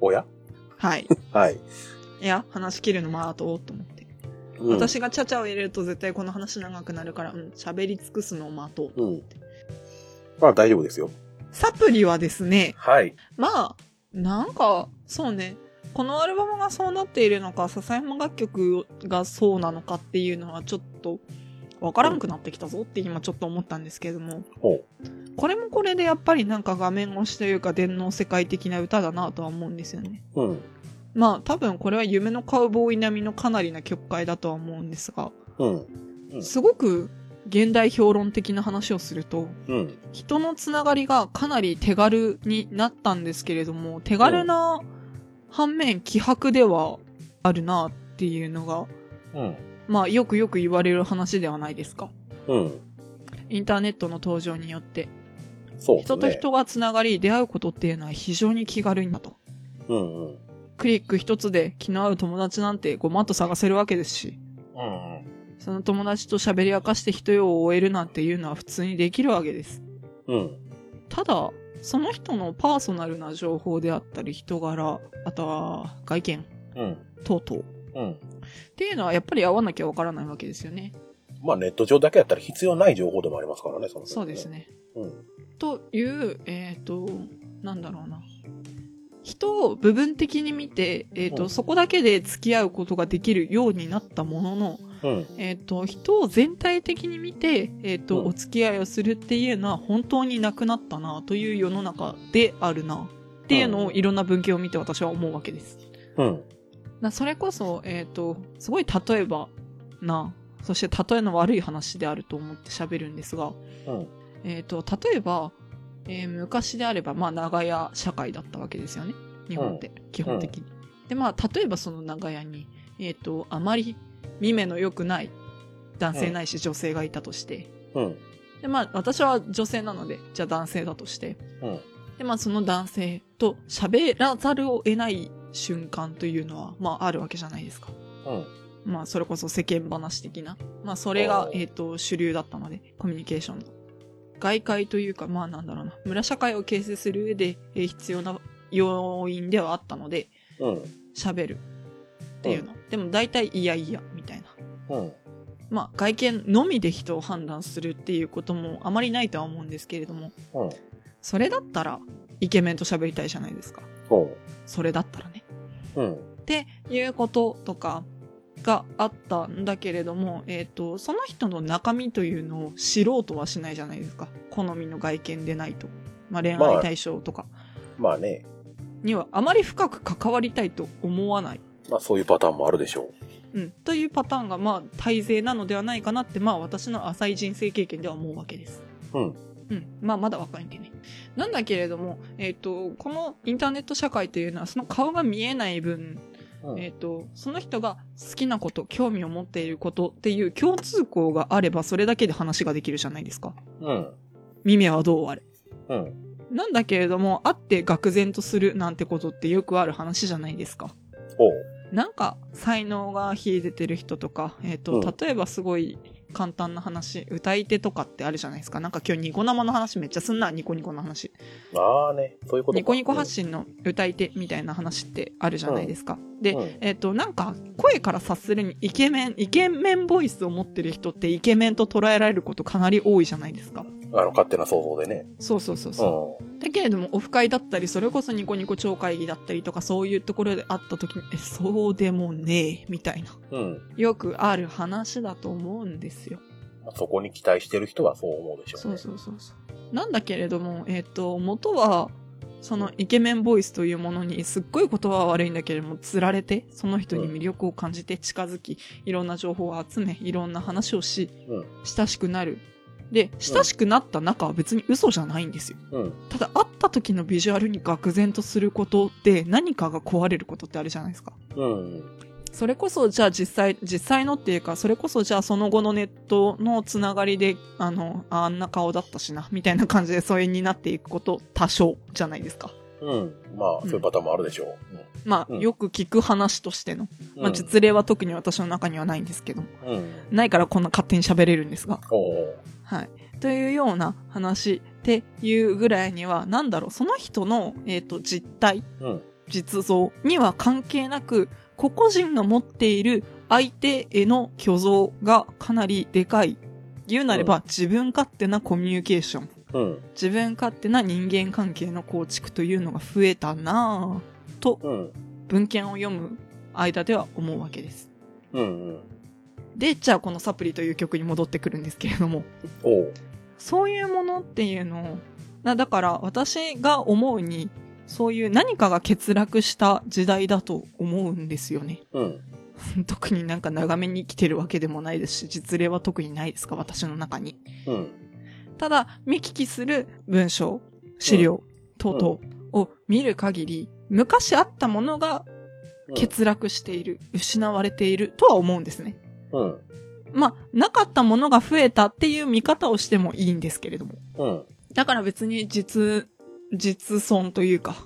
S2: おや
S3: はい。 <laughs>
S2: はい。
S3: いや、話切るのまあと、と思って。
S2: うん、
S3: 私がチャチャを入れると絶対この話長くなるから、うん、喋り尽くすのを待とう。
S2: うん。まあ大丈夫ですよ。
S3: サプリはですね、
S2: はい。
S3: まあ、なんか、そうね。このアルバムがそうなっているのか、笹山楽曲がそうなのかっていうのはちょっと、わからんくなってきたぞって今ちょっと思ったんですけれども、
S2: ほう。
S3: これもこれでやっぱりなんか画面越しというか電脳世界的な歌だなとは思うんですよね。
S2: うん。
S3: まあ多分これは夢のカウボーイ並みのかなりな曲解だとは思うんですが、
S2: うん。うん
S3: すごく現代評論的な話をすると、
S2: うん。
S3: 人のつながりがかなり手軽になったんですけれども、手軽な反面、希薄ではあるなっていうのが、
S2: うん。
S3: まあよくよく言われる話ではないですか。
S2: うん。
S3: インターネットの登場によって、
S2: そうですね。
S3: 人と人がつながり、出会うことっていうのは非常に気軽になと。
S2: うんうん。
S3: クリック一つで気の合う友達なんてごまっと探せるわけですし、
S2: うんうん。
S3: その友達と喋り明かして人を終えるなんていうのは普通にできるわけです。
S2: うん。
S3: ただその人のパーソナルな情報であったり人柄あとは外見
S2: うん。
S3: 等々
S2: うん。
S3: っていうのはやっぱり会わなきゃわからないわけですよね
S2: まあネット上だけやったら必要ない情報でもありますからね、その
S3: そうです。ね
S2: うん。
S3: というえっ、となんだろうな人を部分的に見て、えーと
S2: うん
S3: そこだけで付き合うことができるようになったものの、
S2: うん。
S3: えー、と人を全体的に見て、えーと
S2: うん
S3: お付き合いをするっていうのは本当になくなったなという世の中であるなっていうのをいろんな文献を見て私は思うわけです。
S2: うん。
S3: なそれこそ、えっ、と、すごい例えばな、そして例えの悪い話であると思って喋るんですが、
S2: うん。
S3: えっ、と、例えば、えー昔であれば、まあ、長屋社会だったわけですよね。日本って、基本的に。で、まあ、例えばその長屋に、えっ、と、あまり見目の良くない男性ないし女性がいたとして、
S2: うん。
S3: で、まあ、私は女性なので、じゃあ男性だとして、
S2: うん。
S3: で、まあ、その男性と喋らざるを得ない瞬間というのは、まあ、あるわけじゃないですか。
S2: うん。
S3: まあ、それこそ世間話的な。まあ、それが
S2: お、ー
S3: えっ、と、主流だったので、コミュニケーションの。外界というか、まあ、なんだろうな。村社会を形成する上で、えー必要な要因ではあったので、
S2: うん。
S3: 喋るっていうの。でも、大体、いやいや、みたいな。
S2: うん。
S3: まあ、外見のみで人を判断するっていうこともあまりないとは思うんですけれども、
S2: うん。
S3: それだったら、イケメンと喋りたいじゃないですか。
S2: そ
S3: それだったらね。
S2: う。うん。
S3: っていうこととかがあったんだけれども、えっとその人の中身というのを知ろうとはしないじゃないですか好みの外見でないと、まあ、恋愛対象とか
S2: まあね、
S3: にはあまり深く関わりたいと思わない、
S2: まあそういうパターンもあるでしょ
S3: うん、というパターンがまあ大勢なのではないかなって、まあ、私の浅い人生経験では思うわけです。
S2: う。うん。
S3: うん、まあまだ若いんでね。なんだけれども、えっ、と、このインターネット社会というのは、その顔が見えない分、
S2: うん
S3: えっ、と、その人が好きなこと、興味を持っていることっていう共通項があれば、それだけで話ができるじゃないですか。
S2: うん。
S3: 耳はどうあれ。
S2: うん。
S3: なんだけれども、会って愕然とするなんてことってよくある話じゃないですか。
S2: おう。
S3: なんか、才能が秀でてる人とか、えっ、
S2: うん
S3: と、例えばすごい簡単な話、歌い手とかってあるじゃないですか。なんか今日ニコ生の話めっちゃすんな、ニコニコの話。
S2: まあね、そういうことか
S3: ニコニコ発信の歌い手みたいな話ってあるじゃないですか。で、
S2: うん
S3: えっ、と、なんか、声から察するにイケメン、イケメンボイスを持ってる人ってイケメンと捉えられることかなり多いじゃないですか。
S2: あの、勝手な想像でね。
S3: そうそうそう
S2: う
S3: そ
S2: ん。
S3: う。だけれども、オフ会だったり、それこそニコニコ超会議だったりとか、そういうところで会った時に、え、そうでもねえ、みたいな。
S2: うん。
S3: よくある話だと思うんですよ。
S2: まあそこに期待してる人はそう思うでしょう
S3: そ
S2: ね。
S3: うそうそうそう。なんだけれども、えっ、と、元は、そのイケメンボイスというものにすっごい言葉は悪いんだけれども、釣られて、その人に魅力を感じて近づき、いろんな情報を集め、いろんな話をし、
S2: うん
S3: 親しくなる。で、親しくなった中は別に嘘じゃないんですよ。
S2: うん。
S3: ただ会った時のビジュアルに愕然とすることって何かが壊れることってあるじゃないですか。
S2: うん。
S3: それこそじゃあ実際、実際のっていうか、それこそじゃあその後のネットのつながりで、あの、ああんな顔だったしな、みたいな感じで疎遠になっていくこと多少じゃないですか。
S2: うん。まあ、そういうパターンもあるでしょ
S3: まあ、
S2: うん
S3: よく聞く話としての。
S2: う。
S3: まあ、実例は特に私の中にはないんですけど、
S2: うん。うん。
S3: ないからこんな勝手に喋れるんですが。
S2: おう
S3: はい。というような話っていうぐらいには、なんだろう、その人の、えっ、と、実態、
S2: うん
S3: 実像には関係なく、個々人が持っている相手への虚像がかなりでかい。言うなれば、自分勝手なコミュニケーション、
S2: うん。
S3: 自分勝手な人間関係の構築というのが増えたなぁ、と、
S2: うん。
S3: 文献を読む間では思うわけです。
S2: うん。うん。
S3: で、じゃあこのサプリという曲に戻ってくるんですけれども、
S2: おう。
S3: そういうものっていうのを、なだから私が思うに、そういう何かが欠落した時代だと思うんですよね。 <laughs>
S2: うん。
S3: 特になんか長めに生きてるわけでもないですし、実例は特にないですか、私の中に。
S2: うん。
S3: ただ、見聞きする文章、資料、等々を見る限り、昔あったものが欠落している、失われているとは思うんですね。
S2: うん。
S3: まあ、なかったものが増えたっていう見方をしてもいいんですけれども。
S2: うん。
S3: だから別に実、実損というか、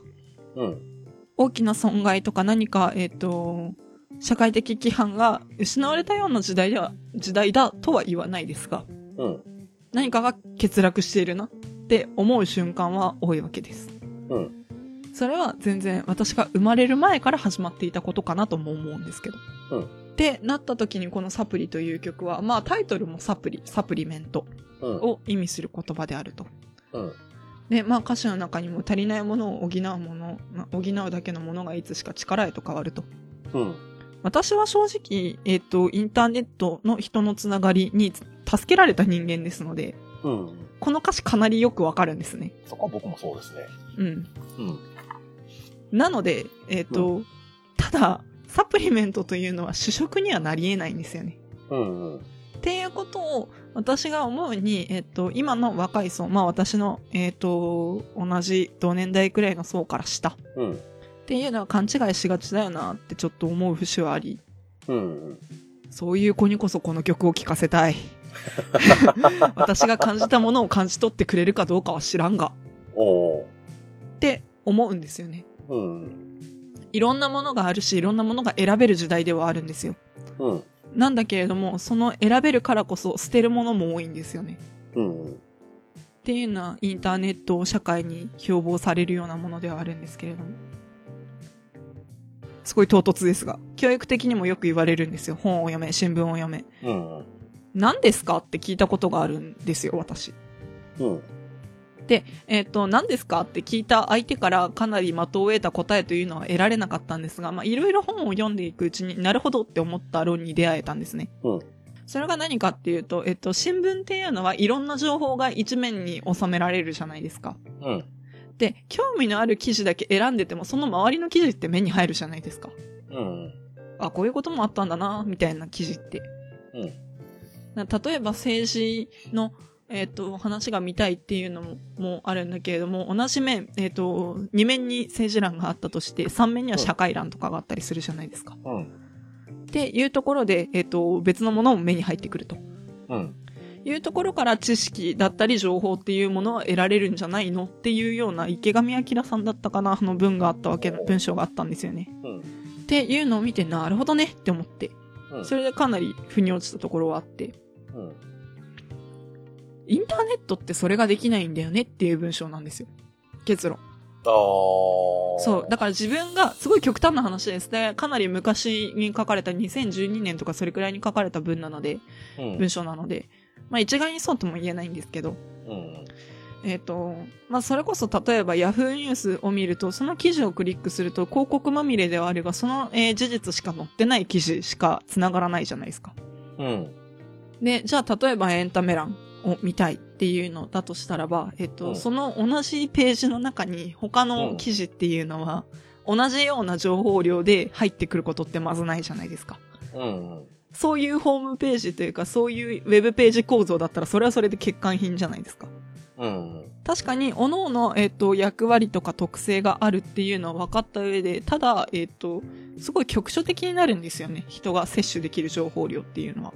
S2: うん。
S3: 大きな損害とか何か、えっ、と、社会的規範が失われたような時代では、時代だとは言わないですが、
S2: うん。
S3: 何かが欠落しているなって思う瞬間は多いわけです。
S2: うん。
S3: それは全然私が生まれる前から始まっていたことかなとも思うんですけど。
S2: うん
S3: ってなった時にこのサプリという曲は、まあタイトルもサプリ、サプリメント
S2: うん。
S3: を意味する言葉であると。
S2: うん。
S3: で、まあ歌詞の中にも足りないものを補うもの、まあ補うだけのものがいつしか力へと変わると。
S2: うん。
S3: 私は正直、えっ、と、インターネットの人のつながりに助けられた人間ですので、
S2: うん。
S3: この歌詞かなりよくわかるんですね。
S2: そこは僕もそうですね。
S3: うん。
S2: うん。
S3: なので、えっ、と、ただ、サプリメントというのは主食にはなり得ないんですよね。
S2: うん。うん。
S3: っていうことを私が思うに、えっと、今の若い層、まあ私の、えっと、同じ同年代くらいの層からしたっ
S2: うん。
S3: ていうのは勘違いしがちだよなってちょっと思う節はあり、
S2: うん。
S3: そういう子にこそこの曲を聴かせたい。私が感じたものを感じ取ってくれるかどうかは知らんが
S2: おう。
S3: って思うんですよね。
S2: うん。
S3: いろんなものがあるし、いろんなものが選べる時代ではあるんですよ。
S2: うん。
S3: なんだけれども、その選べるからこそ捨てるものも多いんですよね。
S2: うん。
S3: っていうのはインターネットを社会に標榜されるようなものではあるんですけれども。すごい唐突ですが、教育的にもよく言われるんですよ。本を読め、新聞を読め。
S2: うん。
S3: 何ですかって聞いたことがあるんですよ、私。
S2: うん。
S3: えっ、と、何ですかって聞いた相手からかなり的を得た答えというのは得られなかったんですが、まあ、いろいろ本を読んでいくうちになるほどって思った論に出会えたんですね。
S2: うん
S3: それが何かっていうと、えっと、新聞っていうのはいろんな情報が一面に収められるじゃないですか。
S2: うん。
S3: で、興味のある記事だけ選んでても、その周りの記事って目に入るじゃないですか。
S2: うん。
S3: あ、こういうこともあったんだな、みたいな記事って。
S2: うん。
S3: な例えば政治の、えっと話が見たいっていうのももあるんだけれども同じ面、えっと2面に政治欄があったとして3面には社会欄とかがあったりするじゃないですか。
S2: うん。
S3: っていうところで、えっと別のものも目に入ってくると
S2: うん。
S3: いうところから知識だったり情報っていうものは得られるんじゃないのっていうような池上彰さんだったかなの文があったわけ文章があったんですよね。
S2: うん。
S3: っていうのを見てなるほどねって思って
S2: うん。
S3: それでかなり腑に落ちたところはあって。
S2: うん。
S3: インターネットってそれができないんだよねっていう文章なんですよ。結論。
S2: あー。
S3: そう。だから自分が、すごい極端な話ですね。かなり昔に書かれた2012年とかそれくらいに書かれた文なので、
S2: うん。
S3: 文章なので、まあ一概にそうとも言えないんですけど、
S2: うん。
S3: えっ、と、まあそれこそ例えば Yahoo ニュースを見ると、その記事をクリックすると広告まみれではあるが、その、えー事実しか載ってない記事しか繋がらないじゃないですか。
S2: うん。
S3: で、じゃあ例えばエンタメ欄を見たいってっていうのだとしたらば、えっと、
S2: うん
S3: その同じページの中に他の記事っていうのは、同じような情報量で入ってくることってまずないじゃないですか。
S2: うんうん。
S3: そういうホームページというか、そういうウェブページ構造だったら、それはそれで欠陥品じゃないですか。
S2: うんうん。
S3: 確かに、各々の、えっと、役割とか特性があるっていうのは分かった上で、ただ、えっと、すごい局所的になるんですよね。人が摂取できる情報量っていうのは。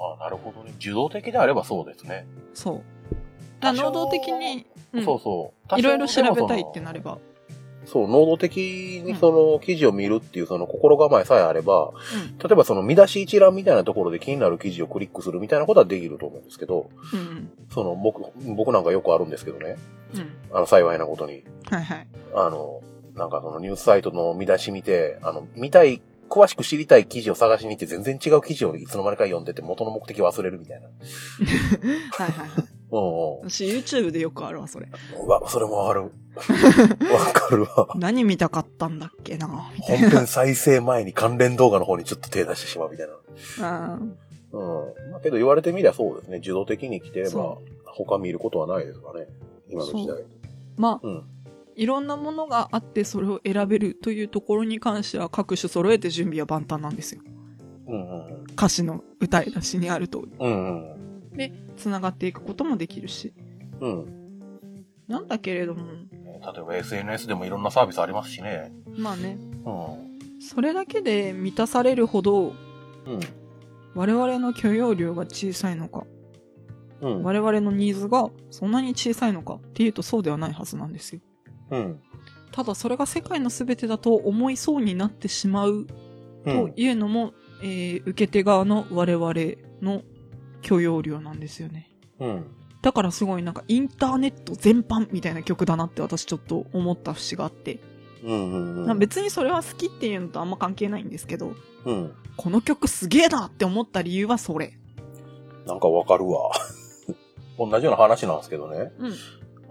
S2: あなるほどね。受動的であればそうですね。
S3: そう。だから能動的に、うん
S2: そうそう。多少
S3: いろいろ調べたい
S2: でもその
S3: ってなれば。
S2: そう、能動的にその記事を見るっていうその心構えさえあれば、
S3: う
S2: 例えばその見出し一覧みたいなところで気になる記事をクリックするみたいなことはできると思うんですけど、
S3: うん。うん。
S2: その僕、僕なんかよくあるんですけどね、
S3: うん。
S2: あの幸いなことに、
S3: はいはい。
S2: あの、なんかそのニュースサイトの見出し見て、あの、見たい、詳しく知りたい記事を探しに行って全然違う記事をいつの間にか読んでて元の目的忘れるみたいな。
S3: はいはいはい。
S2: うんうん
S3: 私 YouTube でよくあるわ、それ。。
S2: うわ、それもわかる。 <laughs> わかるわ。
S3: 何見たかったんだっけなみた
S2: 本編再生前に関連動画の方にちょっと手出してしまうみたいな。
S3: いな。うん
S2: うん。まあけど言われてみりゃそうですね。受動的に来てれば
S3: そ、
S2: 他見ることはないですかね。今の時代。
S3: まあ、
S2: うん
S3: いろんなものがあってそれを選べるというところに関しては各種揃えて準備は万端なんですよ。
S2: うんうん
S3: 歌詞の歌い出しにある通り。
S2: うん。うんうん。
S3: で、繋がっていくこともできるし。
S2: うん。
S3: なんだけれども、
S2: 例えば SNS でもいろんなサービスありますしね。
S3: まあね、
S2: うん。
S3: それだけで満たされるほど
S2: うん。
S3: 我々の許容量が小さいのか、
S2: うん。
S3: 我々のニーズがそんなに小さいのかっていうとそうではないはずなんですよ。
S2: うん。
S3: ただそれが世界の全てだと思いそうになってしまう
S2: う
S3: と
S2: ん。
S3: いうのも、えー受け手側の我々の許容量なんですよね。
S2: うん。
S3: だからすごいなんかインターネット全般みたいな曲だなって私ちょっと思った節があって、
S2: うんうん
S3: まあ別にそれは好きっていうのとあんま関係ないんですけど、
S2: うん。
S3: この曲すげえなって思った理由はそれ。
S2: なんかわかるわ。 <laughs> 同じような話なんですけどね。
S3: うん。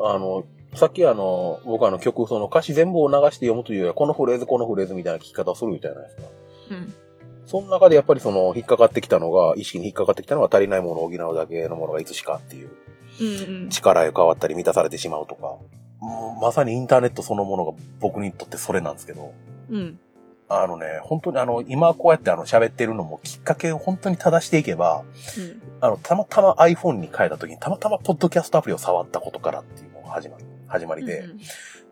S2: あの、さっきあの、僕あの曲、その歌詞全部を流して読むというよりは、このフレーズ、このフレーズみたいな聞き方をするみたいなですか。
S3: うん。
S2: その中でやっぱりその引っかかってきたのが、意識に引っかかってきたのが足りないものを補うだけのものがいつしかっていう、
S3: うん、
S2: 力へ変わったり満たされてしまうとか、もうまさにインターネットそのものが僕にとってそれなんですけど、
S3: うん。うん。
S2: あのね、本当にあの、今こうやってあの喋ってるのもきっかけを本当に正していけば、あの、たまたま iPhone に変えた時にたまたまポッドキャストアプリを触ったことからっていうのが始まり、始ま
S3: う
S2: り
S3: ん。
S2: で、
S3: う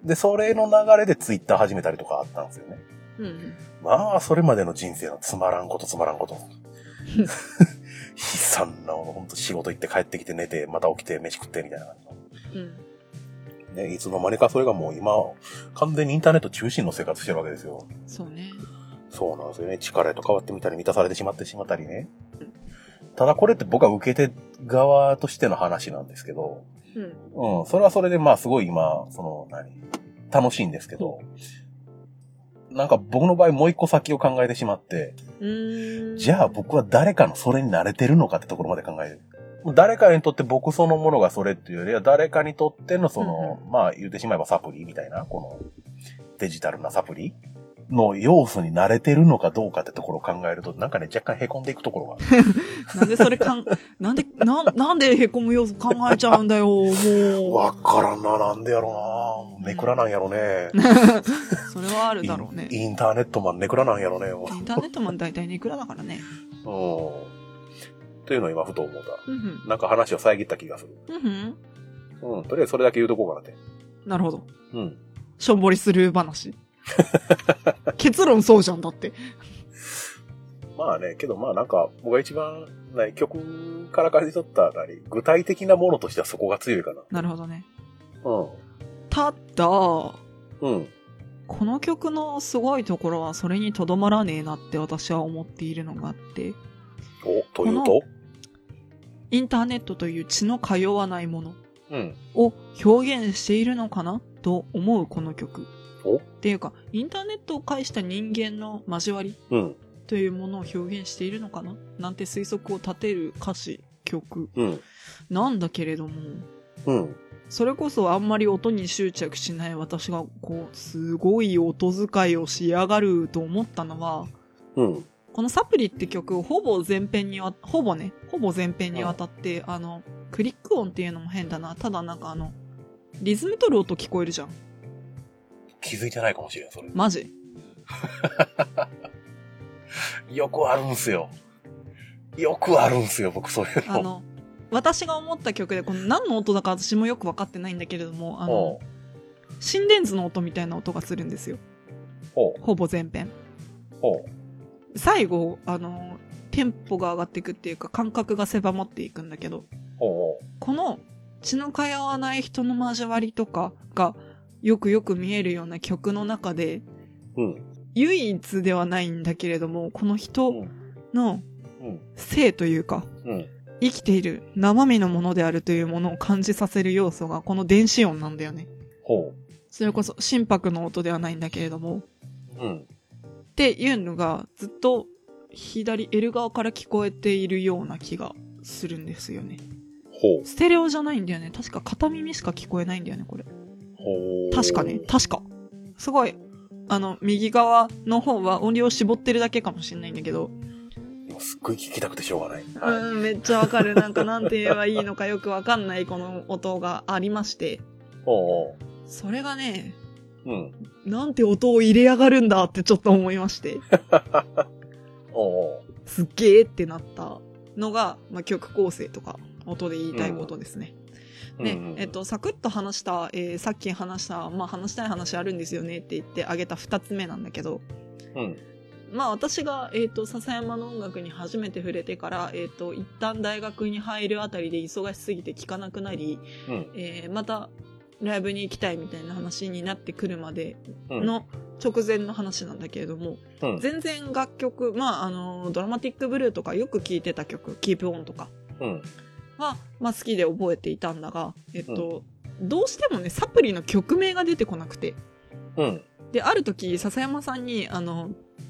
S3: ん
S2: で、それの流れで Twitter 始めたりとかあったんですよね。
S3: うん。
S2: まあ、それまでの人生のつまらんことつまらんこと。悲惨な、ほんと仕事行って帰ってきて寝て、また起きて飯食ってみたいな感
S3: うん。
S2: じの。ね、いつの間にかそれがもう今、完全にインターネット中心の生活してるわけですよ。
S3: そうね。
S2: そうなんですよね。力へと変わってみたり、満たされてしまってしまったりね。ただこれって僕は受け手側としての話なんですけど、
S3: うん。
S2: うん、それはそれでまあすごい今、その何、楽しいんですけど、なんか僕の場合もう一個先を考えてしまって、
S3: うん。
S2: じゃあ僕は誰かのそれに慣れてるのかってところまで考える。誰かにとって僕そのものがそれっていうよりは、誰かにとってのその、まあ言ってしまえばサプリみたいな、このデジタルなサプリの要素に慣れてるのかどうかってところを考えると、なんかね、若干凹んでいくところがある。
S3: なんでそれかん、なんで、なん、なんでへこむ要素考えちゃうんだよ、もう。
S2: <laughs> わからんな、なんでやろうな。ネクラなんやろね。
S3: それはあるだろうね。
S2: インインターネットマンネクラなんやろね。
S3: インターネットマン大体ねいくらだからね。
S2: <laughs> うん。というのを今ふと思った。
S3: うん
S2: なんか話を遮った気がする。
S3: ふん。うんふん。
S2: うん。とりあえずそれだけ言うとこうかなって。
S3: なるほど。
S2: うん。
S3: しょんぼりする話。
S2: <laughs>
S3: 結論そうじゃんだって。
S2: まあね、けどまあなんか、僕が一番、ね、曲から感じ取ったなり、具体的なものとしてはそこが強いかな。
S3: なるほどね。
S2: うん。
S3: ただ、こ
S2: うん。
S3: の曲のすごいところはそれにとどまらねえなって私は思っているのがあって、
S2: お、というと
S3: こインターネットという血の通わないもの。
S2: うん。
S3: を表現しているのかなと思うこの曲。
S2: お
S3: っていうか、インターネットを介した人間の交わり
S2: うん。
S3: というものを表現しているのかななんて推測を立てる歌詞、曲
S2: うん。
S3: なんだけれども、
S2: うん。
S3: それこそあんまり音に執着しない私が、こう、すごい音遣いをしやがると思ったのは、
S2: うん。
S3: この「サプリ」って曲をほぼ全編にわほぼねほぼ全編にわたって、あのクリック音っていうのも変だなただなんかあのリズム取る音聞こえるじゃん
S2: 気づいてないかもしれん、それ。
S3: マジ
S2: よくあるんすよ。よくあるんすよ、僕そういう
S3: あ
S2: の。
S3: の私が思った曲でこの何の音だか私もよく分かってないんだけれどもあの
S2: ほ
S3: 心電図の音みたいな音がするんですよ
S2: うほ
S3: ほぼ全編
S2: う、ほ
S3: 最後あのテンポが上がっていくっていうか感覚が狭まっていくんだけど
S2: う、ほう、
S3: この血の通わない人の交わりとかがよくよく見えるような曲の中で
S2: ほう。うん。
S3: 唯一ではないんだけれどもこの
S2: う
S3: 人
S2: ん。
S3: の
S2: うん。
S3: 性というか
S2: うん。
S3: 生きている生身のものであるというものを感じさせる要素がこの電子音なんだよね
S2: ほ
S3: それこそ心拍の音ではないんだけれども
S2: う。うん。
S3: っていうのがずっと左 L 側から聞こえているような気がするんですよね
S2: ほう。
S3: ステレオじゃないんだよね確か片耳しか聞こえないんだよねこれ
S2: ほう。
S3: 確かね。確かすごいあの右側の方は音量絞ってるだけかもしれないんだけど、
S2: もうすっごい聞きたくてしょうがない。
S3: う
S2: はい。
S3: んめっちゃわかるなんかなんて言えばいいのかよくわかんないこの音がありまして
S2: ほうほ
S3: それがね
S2: う。うん。
S3: なんて音を入れやがるんだってちょっと思いまして <laughs>
S2: ほう
S3: すっげーってなったのが、まあ、曲構成とか音で言いたいことですね。
S2: ほう。
S3: ね、
S2: うんうん
S3: えっ。と、サクッと話した、えーさっき話した、まあ、話したい話あるんですよねって言ってあげた二つ目なんだけど、
S2: うん。
S3: まあ、私が、えっと、笹山の音楽に初めて触れてから、えっと、一旦大学に入るあたりで忙しすぎて聴かなくなり、
S2: うん。
S3: えーまたライブに行きたいみたいな話になってくるまで
S2: うん。
S3: の直前の話なんだけれども、
S2: うん。
S3: 全然楽曲、まあ、あの、ドラマティックブルーとかよく聴いてた曲、キープオンとか
S2: うん。
S3: は、まあ好きで覚えていたんだが、えっと、どうしてもね、サプリの曲名が出てこなくて。
S2: うん。
S3: で、ある時、笹山さんに、あの、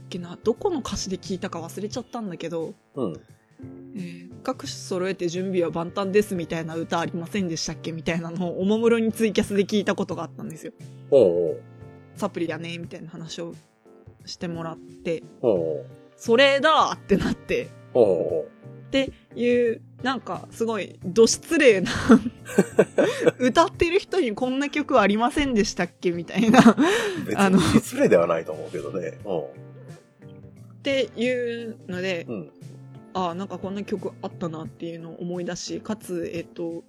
S3: けな、どこの歌詞で聞いたか忘れちゃったんだけど、
S2: うん。
S3: えー各種揃えて準備は万端ですみたいな歌ありませんでしたっけみたいなのをおもむろにツイキャスで聞いたことがあったんですよ。
S2: ほう
S3: サプリだね、みたいな話をしてもらって、
S2: ほう。ほう
S3: それだってなって、
S2: ほう。ほ
S3: っていう、なんかすごい、ど失礼な、歌ってる人にこんな曲ありませんでしたっけみたいなっ
S2: う。別
S3: あの
S2: に失礼ではないと思うけどね。う
S3: ていうので
S2: ん。、うん。
S3: ああ、なんかこんな曲あったなっていうのを思い出し、かつ、えっと、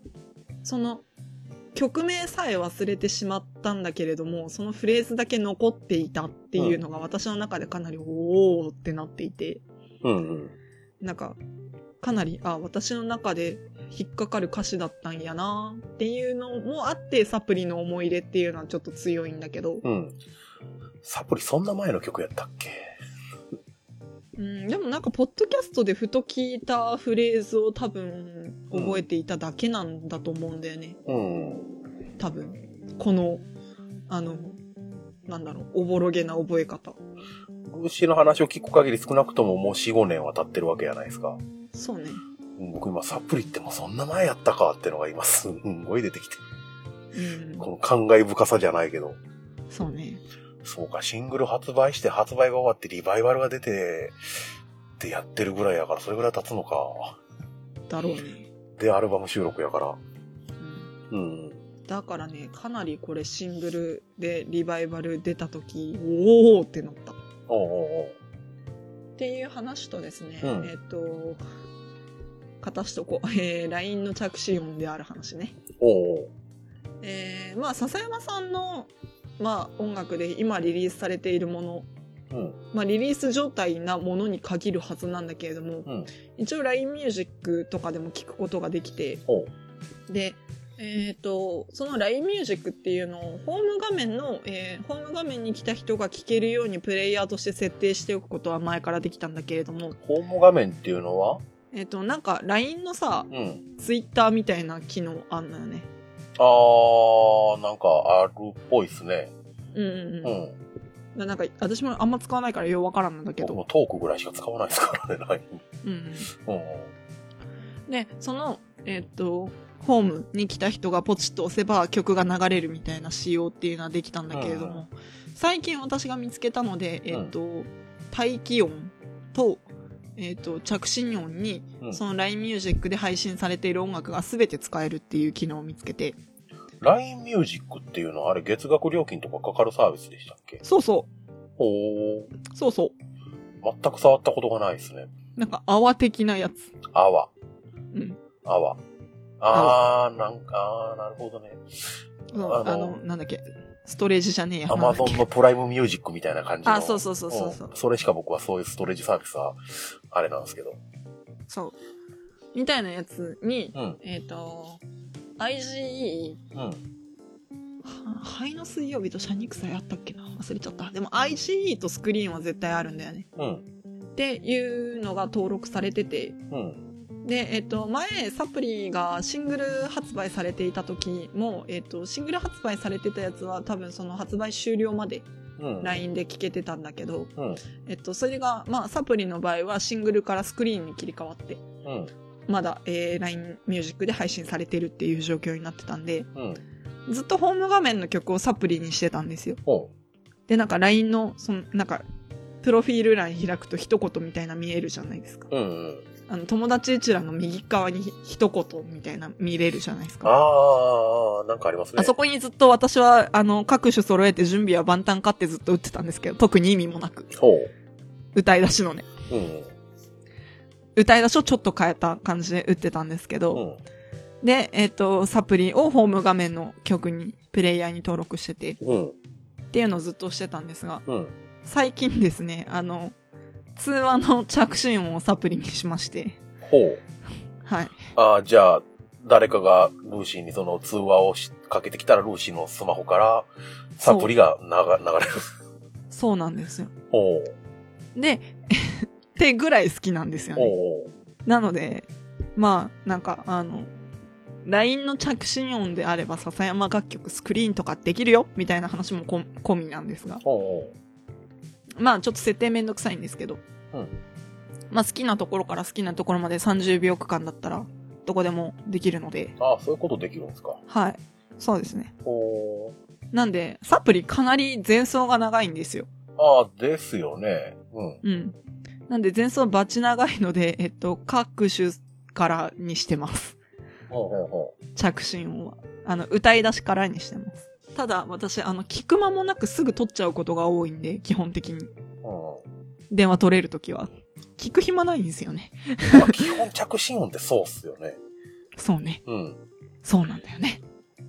S3: その、曲名さえ忘れてしまったんだけれども、そのフレーズだけ残っていたっていうのが私の中でかなり、おーってなっていて、
S2: うん。うん。
S3: なんか、かなり、あ、私の中で引っかかる歌詞だったんやなっていうのもあって、サプリの思い入れっていうのはちょっと強いんだけど、
S2: うん。サプリそんな前の曲やったっけ
S3: うん、でもなんか、ポッドキャストでふと聞いたフレーズを多分、覚えていただけなんだと思うんだよね。
S2: うん。
S3: 多分。この、あの、なんだろう、おぼろげな覚え方。
S2: 牛の話を聞く限り少なくとももう4、5年は経ってるわけじゃないですか。
S3: そうね。
S2: うん僕今サプリってもうそんな前やったかってのが今すんごい出てきて。
S3: うん。
S2: この感慨深さじゃないけど。
S3: そうね。
S2: そうか、シングル発売して発売が終わってリバイバルが出て、ってやってるぐらいやから、それぐらい経つのか。
S3: だろうね。
S2: で、アルバム収録やから。
S3: うん
S2: うん。
S3: だからね、かなりこれシングルでリバイバル出た時、おーってなった。っ
S2: おうおうおう
S3: ていう話とですね、
S2: うん
S3: えっ、と、片しとこう、 <laughs> えー、LINE の着信音である話ね。
S2: おうおう
S3: えー、まあ、笹山さんの、まあ、音楽で今リリースされているもの、
S2: うん。
S3: まあ、リリース状態なものに限るはずなんだけれど
S2: う
S3: も、
S2: ん。
S3: 一応 LINE ミュージックとかでも聞くことができて、
S2: おう
S3: で、えっ、と、その LINE ミュージックっていうのをホーム画面の、えーホーム画面に来た人が聴けるようにプレイヤーとして設定しておくことは前からできたんだけれども、
S2: ホーム画面っていうのは
S3: えっ、と、なんか LINE のさ、
S2: うん。
S3: Twitter みたいな機能あんのよね。
S2: あー、なんかあるっぽいですね。
S3: うんうん
S2: う
S3: うん
S2: ん。
S3: な。なんか私もあんま使わないからようわからんんだけ
S2: 僕
S3: ど。
S2: もトークぐらいしか使わないですからね、 <laughs> ライン
S3: うんうん、
S2: うん
S3: で、その、えっ、と、ホームに来た人がポチッと押せば曲が流れるみたいな仕様っていうのはできたんだけれども、最近私が見つけたので、えっ、と、待機音と、えっ、と、着信音に、
S2: うん
S3: その LINE ミュージックで配信されている音楽が全て使えるっていう機能を見つけて、
S2: LINE ミュージックっていうのはあれ月額料金とかかかるサービスでしたっけ
S3: そうそ
S2: おー、
S3: う、そうそ
S2: 全く触ったことがないですね。
S3: う、なんか泡的なやつ。
S2: あわ、
S3: うん。
S2: あわ。あー、なんか、あーなるほどね。
S3: あの、
S2: あの
S3: なんだっけ、ストレージじゃねえや。
S2: アマゾン
S3: なんだ
S2: の
S3: っ
S2: プライムミュージックみたいな感じ
S3: け
S2: の。
S3: あ、そうそうそうそうそう
S2: うん。それしか僕はそういうストレージサービスは、あれなんですけど。
S3: そう。みたいなやつに、
S2: うん。
S3: えっ、と、IGE、
S2: うん。
S3: は灰の水曜日とシャニクサイあったっけな忘れちゃった。でも IGE とスクリーンは絶対あるんだよね。
S2: うん。
S3: っていうのが登録されてて、
S2: うん。
S3: で、えっと、前、サプリがシングル発売されていた時も、えっと、シングル発売されてたやつは多分その発売終了まで
S2: うん。
S3: LINE で聞けてたんだけど、
S2: うん。
S3: えっと、それが、まあ、サプリの場合はシングルからスクリーンに切り替わって、
S2: うん。
S3: まだ、えー、LINE ミュージックで配信されてるっていう状況になってたんで、
S2: うん。
S3: ずっとホーム画面の曲をサプリにしてたんですよ。
S2: ほ
S3: で、なんか LINE の、その、なんか、プロフィール欄開くと一言みたいな見えるじゃないですか。
S2: う。うん。うん。
S3: あの、友達一覧の右側にひ一言みたいな見れるじゃないですか。
S2: あー、なんかありますね。
S3: あそこにずっと私は、あの、各種揃えて準備は万端かってずっと打ってたんですけど、特に意味もなく。
S2: ほう。
S3: 歌い出しのね。
S2: うん。
S3: 歌い出しをちょっと変えた感じで打ってたんですけ
S2: う
S3: ど、
S2: ん。
S3: で、えっ、と、サプリをホーム画面の曲に、プレイヤーに登録してて、
S2: うん。
S3: っていうのをずっとしてたんですが、
S2: うん。
S3: 最近ですね、あの、通話の着信音をサプリにしまして、
S2: ほう。
S3: はい。
S2: あーじゃあ、誰かがルーシーにその通話をしかけてきたら、ルーシーのスマホからサプリが流流れる。
S3: そうなんですよ。
S2: おう
S3: で、 <laughs> ってぐらい好きなんですよね。
S2: おう
S3: なので、まあ、なんか、あの、LINE の着信音であれば、笹山楽曲スクリーンとかできるよ、みたいな話もこ込みなんですが。
S2: おう
S3: まあ、ちょっと設定めんどくさいんですけど。
S2: うん
S3: まあ、好きなところから好きなところまで30秒区間だったら、どこでもできるので。
S2: ああ、そういうことできるんですか。
S3: はい。そうですね。
S2: おう
S3: なんで、サプリかなり前奏が長いんですよ。
S2: ああ、ですよね。うん。
S3: うん。なんで前奏バチ長いので、えっと、各種からにしてます。
S2: ほうほうほう
S3: 着信音は。あの、歌い出しからにしてます。ただ、私、あの、聞く間もなくすぐ取っちゃうことが多いんで、基本的に。
S2: うん
S3: 電話取れるときは。聞く暇ないんですよね。
S2: まあ、基本着信音ってそうっすよね。
S3: そうね。
S2: うん。
S3: そうなんだよね。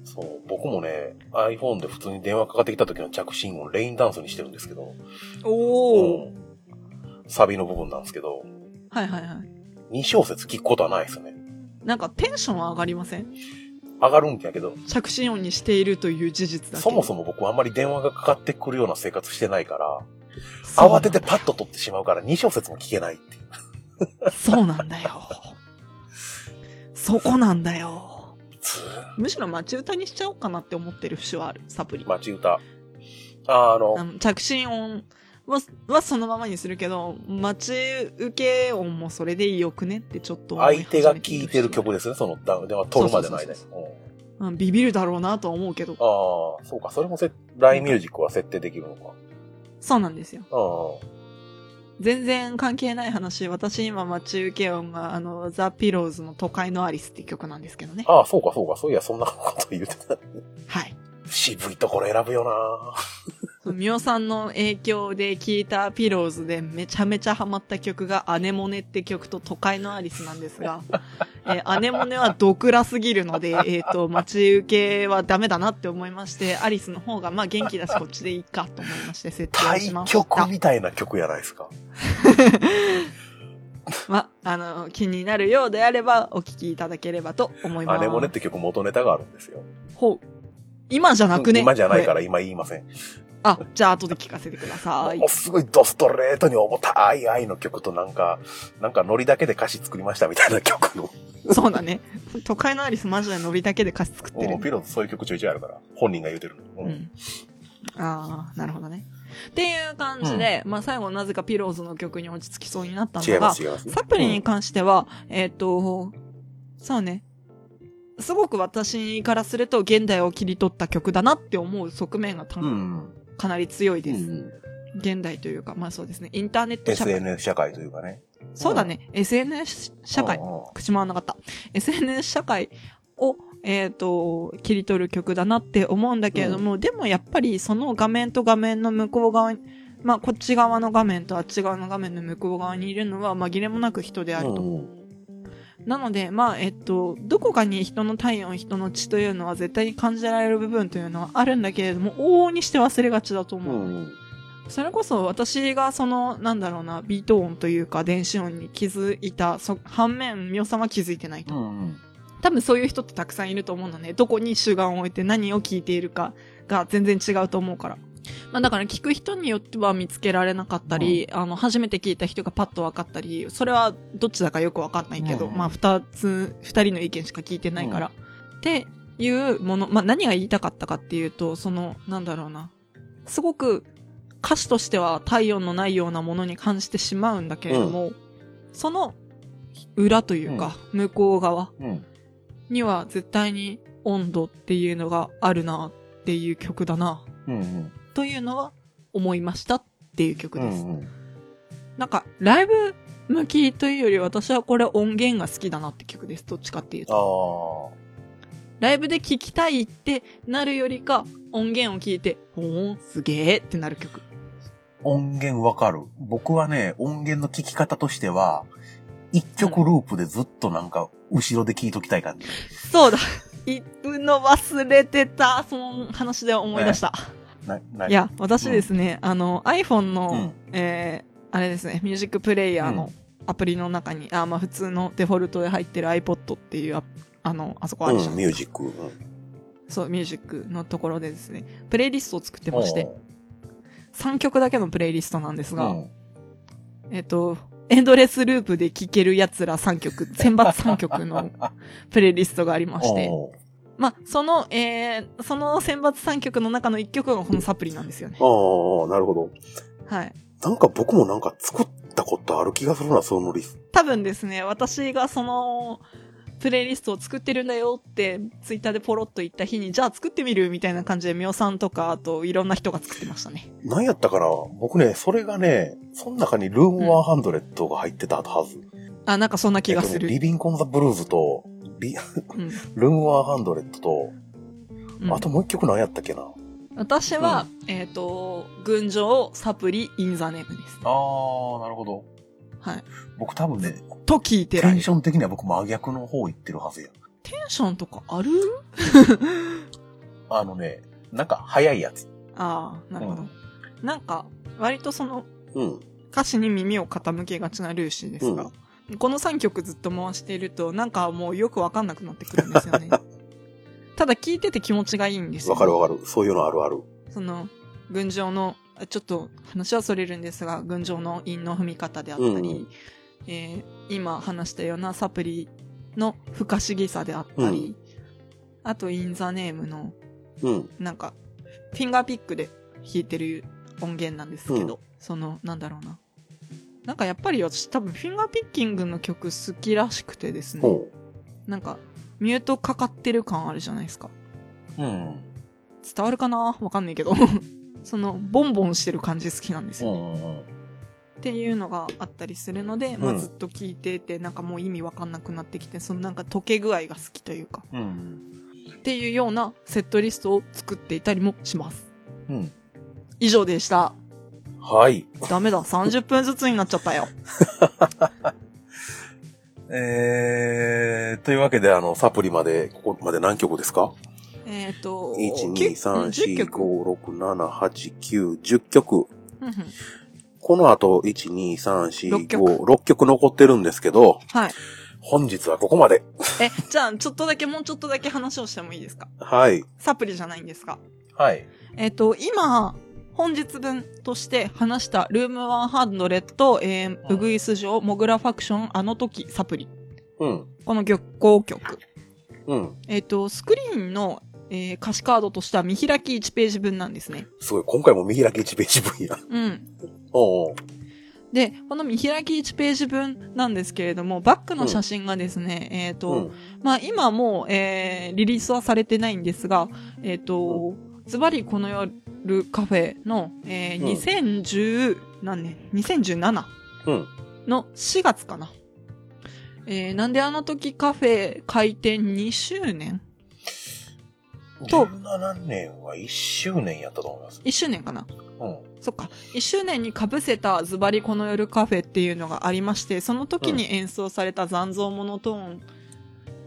S2: そう。僕もね、iPhone で普通に電話かかってきた時の着信音、レインダンスにしてるんですけど、
S3: お
S2: う。んサビの部分なんですけど、
S3: はいはいはい。
S2: 2小節聞くことはないですよね。
S3: なんかテンション上がりません
S2: 上がるんやけど、
S3: 着信音にしているという事実だけ。
S2: そもそも僕はあんまり電話がかかってくるような生活してないから、
S3: そうな
S2: 慌
S3: んだ
S2: ててパッと取ってしまうから2小節も聞けないっていう。
S3: そうなんだよ。そこなんだよ。
S2: つ
S3: むしろ街歌にしちゃおうかなって思ってる節はある、サプリ
S2: ー。街歌。あー、あ
S3: あ
S2: の、
S3: の着信音ははそのままにするけど、街受け音もそれでよくねってちょっと思い
S2: 相
S3: 始め
S2: 手
S3: る
S2: が聞いてる曲ですね、そのだ電話取るまでの間に。
S3: そう
S2: うん
S3: うんビビるだろうなとは思うけど、
S2: ああ、そうか、それもせ、LINE ミュージックは設定できるのか。
S3: そうなんですよ。
S2: う
S3: 全然関係ない話、私今街受け音があの、ザ・ピローズの都会のアリスって曲なんですけどね
S2: ん。。ああ、そうか、そうか、そういや、そんなこと言ってた。
S3: はい。
S2: 渋いところ選ぶよな
S3: ミオさんの影響で聴いたピローズでめちゃめちゃハマった曲がアネモネって曲と都会のアリスなんですが、えーアネモネはドクラすぎるので、 <laughs> えっ、と、待ち受けはダメだなって思いまして、アリスの方がまあ元気だしこっちでいいかと思いまして設定をし
S2: 対
S3: ました。
S2: 局みたいな曲やないですか。
S3: ま、あの、気になるようであればお聴きいただければと思います。
S2: あれもねって曲元ネタがあるんですよ。
S3: ほう。今じゃなくね。
S2: 今じゃないか
S3: こ
S2: ら
S3: れ。
S2: 今言いません。
S3: あ、じゃあ後で聞かせてくださ
S2: <laughs>
S3: い
S2: もう。すごいドストレートに重たい愛の曲となんか、なんかノリだけで歌詞作りましたみたいな曲の。
S3: そうだね。都会のアリスマジでノリだけで歌詞作ってる
S2: うん。ピローズそういう曲ちょいちょいあるから。本人が言うてるの。う。
S3: うんん。ああ、なるほどね。っていう感じで、まあ最後なぜかピローズの曲に落ち着きそうになった
S2: 違い
S3: の
S2: ま
S3: が、
S2: す、違います。
S3: サプリに関しては、えっ、と、そうね。すごく私からすると現代を切り取った曲だなって思う側面がた、
S2: うん。
S3: かなり強いうです。
S2: ん。
S3: 現代というか、まあそうですね。インターネット社会
S2: SNS 社会というかね。
S3: そうだね、SNS 社会
S2: う、んうん
S3: 口回んなかった。SNS 社会を、えっ、と、切り取る曲だなって思うんだけれども、でもやっぱりその画面と画面の向こう側に、まあこっち側の画面とあっち側の画面の向こう側にいるのは紛れもなく人であると。
S2: うんう
S3: なので、まあ、えっと、どこかに人の体温、人の血というのは絶対に感じられる部分というのはあるんだけれども、往々にして忘れがちだと思う。
S2: うんうん
S3: それこそ私がその、なんだろうな、ビート音というか電子音に気づいた、そ反面、ミオさんは気づいてないと。
S2: うんうん
S3: 多分そういう人ってたくさんいると思うのね。どこに主眼を置いて何を聞いているかが全然違うと思うから。まあだから聞く人によっては見つけられなかったり、あの、初めて聞いた人がパッと分かったり、それはどっちだかよく分かんないけど、
S2: うん
S3: まあ二つ、二人の意見しか聞いてないから。っていうもの、まあ何が言いたかったかっていうと、その、なんだろうな。すごく歌詞としては体温のないようなものに感じてしまうんだけれども、その裏というか、向こう側、
S2: うん
S3: には絶対に温度っていうのがあるなっていう曲だな
S2: うんうん
S3: というのは思いましたっていう曲です。
S2: うんうん
S3: なんかライブ向きというより私はこれ音源が好きだなって曲です。どっちかっていう
S2: あ
S3: と。
S2: あ
S3: ライブで聴きたいってなるよりか音源を聞いて、おーすげーってなる曲。
S2: 音源わかる。僕はね、音源の聞き方としては、一曲ループでずっとなんか、後ろで聞いときたい感じ。
S3: そう <laughs> だ。行くの忘れてた。その話で思い出した。
S2: な、ない
S3: や、私ですね、あの iPhone の、
S2: うん
S3: えーあれですね、ミュージックプレイヤーのアプリの中に、あまあ普通のデフォルトで入ってる iPod っていうアあの、あそこあ
S2: うん
S3: るじゃ、ん。
S2: ミュージック。うん
S3: そう、ミュージックのところでですね、プレイリストを作ってまして、3曲だけのプレイリストなんです
S2: う
S3: が、
S2: ん
S3: えっと、エンドレスループで聴ける奴ら3曲、選抜3
S2: <laughs>
S3: 曲のプレイリストがありまして、
S2: おー
S3: まあ、その、えーその選抜3曲の中の1曲がこのサプリなんですよね。
S2: ああ、なるほど。
S3: はい。
S2: なんか僕もなんか作ったことある気がするな、そのリス
S3: 多分ですね、私がその、プレイリストを作ってるんだよって、ツイッターでポロッと言った日に、じゃあ作ってみるみたいな感じで、みおさんとか、あと、いろんな人が作ってましたね。
S2: ト。なんやったかな僕ね、それがね、その中にルーム100が入ってたはず。
S3: あ、なんかそんな気がす
S2: えっとね
S3: る。
S2: リビンコンザブルーズと、リ、
S3: うん
S2: ルーム100と、
S3: うん
S2: あともう一曲何やったっけな
S3: 私は、えっ、と、群青サプリインザネームです。
S2: ああ、なるほど。
S3: はい。
S2: 僕多分ね、
S3: と聞いて
S2: テ
S3: られ
S2: ン
S3: る。
S2: ション的には僕真逆の方行ってるはずや。
S3: テンションとかある
S2: あのね、なんか早いやつ。
S3: ああ、なるほど。なんか、割とその、
S2: うん。
S3: 歌詞に耳を傾けがちなルーシーですが、この3曲ずっと回していると、なんかもうよくわかんなくなってくるんで
S2: <laughs>
S3: すよね。ただ聴いてて気持ちがいいんですよ。
S2: わかるわかる。そういうのあるある。
S3: その、群青の、あちょっと話はそれるんですが、群青の韻の踏み方であったり、
S2: うんうん
S3: えー今話したようなサプリの不可思議さであったり、あと、インザネームの、
S2: うん。
S3: なんか、フィンガーピックで弾いてる音源なんですけど、その、なんだろうな。なんかやっぱり私多分フィンガーピッキングの曲好きらしくてですね、
S2: ほ
S3: なんか、ミュートかかってる感あるじゃないですか。
S2: う。うん。
S3: 伝わるかなわかんないけど。 <laughs> その、ボンボンしてる感じ好きなんです
S2: う
S3: よ。
S2: んうんうん。
S3: っていうのがあったりするので、ま
S2: う
S3: あ、
S2: ん
S3: ずっと聞いてて、なんかもう意味わかんなくなってきて、そのなんか溶け具合が好きというか、
S2: うん。
S3: っていうようなセットリストを作っていたりもします。
S2: うん。
S3: 以上でした。
S2: はい。
S3: ダメだ、30分ずつになっちゃったよ。
S2: えー、というわけで、あの、サプリまで、ここまで何曲ですか
S3: えっ、と、
S2: ?1、2、
S3: きゅうん
S2: 3、
S3: 10
S2: 4、
S3: 曲。
S2: 5、6、7、8、9、10曲。
S3: うんうん
S2: この後、1、2、3、4、
S3: 六曲
S2: 5、6曲残ってるんですけど、
S3: はい。
S2: 本日はここまで。
S3: え、じゃあ、ちょっとだけ、もうちょっとだけ話をしてもいいですか
S2: はい。
S3: サプリじゃないんですか
S2: はい。
S3: えっ、と、今、本日分として話した、ルーム100と、えー、うぐいす城、モグラファクション、あの時、サプリ。
S2: うん。
S3: この曲、5曲。
S2: うん。
S3: えっ、と、スクリーンの、えー歌詞カードとしては見開き1ページ分なんですね。
S2: すごい、今回も見開き1ページ分や。
S3: うん。
S2: <laughs> おうおう
S3: で、この見開き1ページ分なんですけれども、バックの写真がですね、えっ、と、
S2: うん。
S3: まあ今もう、えーリリースはされてないんですが、えっ、と、ズバリこの夜カフェの、えー
S2: うん
S3: 2010、何年 ?2017
S2: うん。
S3: の4月かな。えー、なんであの時カフェ開店2周年と
S2: 17年は1周年やったと思います。
S3: ?1 周年かな
S2: うん。
S3: そっか。1周年に被せたズバリこの夜カフェっていうのがありまして、その時に演奏された残像モノトーン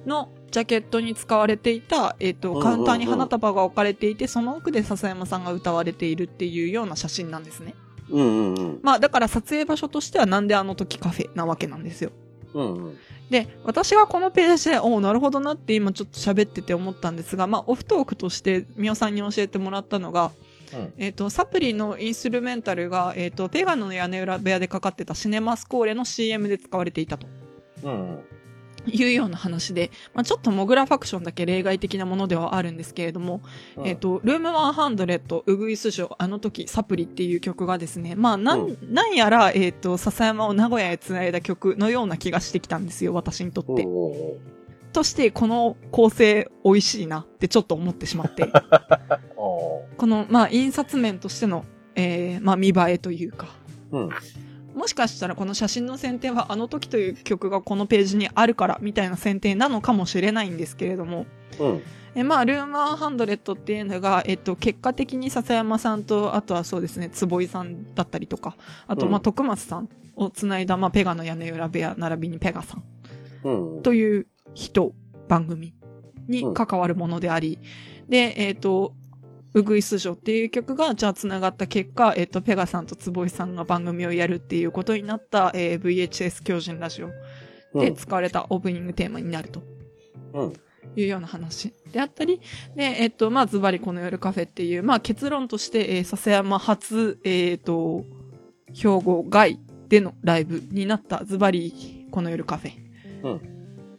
S3: のジャケットに使われていた、えっ、
S2: うん
S3: と、
S2: うんうん
S3: カウンターに花束が置かれていて、その奥で笹山さんが歌われているっていうような写真なんですね。
S2: うんうんうん。
S3: まあ、だから撮影場所としてはなんであの時カフェなわけなんですよ。
S2: うんうん。
S3: で、私がこのページで、おお、なるほどなって今ちょっと喋ってて思ったんですが、まあ、オフトークとして、みおさんに教えてもらったのが、
S2: うん
S3: えっ、と、サプリのインストゥルメンタルが、えっ、と、ペガノの屋根裏部屋でかかってたシネマスコーレの CM で使われていたと
S2: うんうん。
S3: いうような話で、まあ、ちょっとモグラファクションだけ例外的なものではあるんですけれども、
S2: うん
S3: えっ、、と、ルーム100、ウグイス城、あの時、サプリっていう曲がですね、まあ、なん、
S2: う
S3: なんやら、えっ、と、笹山を名古屋へ繋いだ曲のような気がしてきたんですよ、私にとって。
S2: おうおう
S3: として、この構成美味しいなってちょっと思ってしま <laughs> って、
S2: おう
S3: この、まあ、印刷面としての、えーまあ、見栄えというか、
S2: ああ。うん。
S3: もしかしたらこの写真の選定はあの時という曲がこのページにあるからみたいな選定なのかもしれないんですけれども、
S2: うん。
S3: えまあ、ルーマーハンドレットっていうのが、えっと、結果的に笹山さんと、あとはそうですね、坪井さんだったりとか、あと、
S2: うん
S3: まあ、徳松さんをつないだ、まあ、ペガの屋根裏部屋並びにペガさん
S2: うんうん。
S3: という人、番組に関わるものであり、で、えっ、と、うぐいす城っていう曲が、じゃあ繋がった結果、えっ、と、ペガさんと坪井さんが番組をやるっていうことになった、えー VHS 狂人ラジオで使われたオープニングテーマになると。
S2: うん
S3: いうような話であったり、で、えっ、と、まあ、ズバリこの夜カフェっていう、まあ、結論として、えー、笹山初、えっ、と、兵庫外でのライブになったズバリこの夜カフェ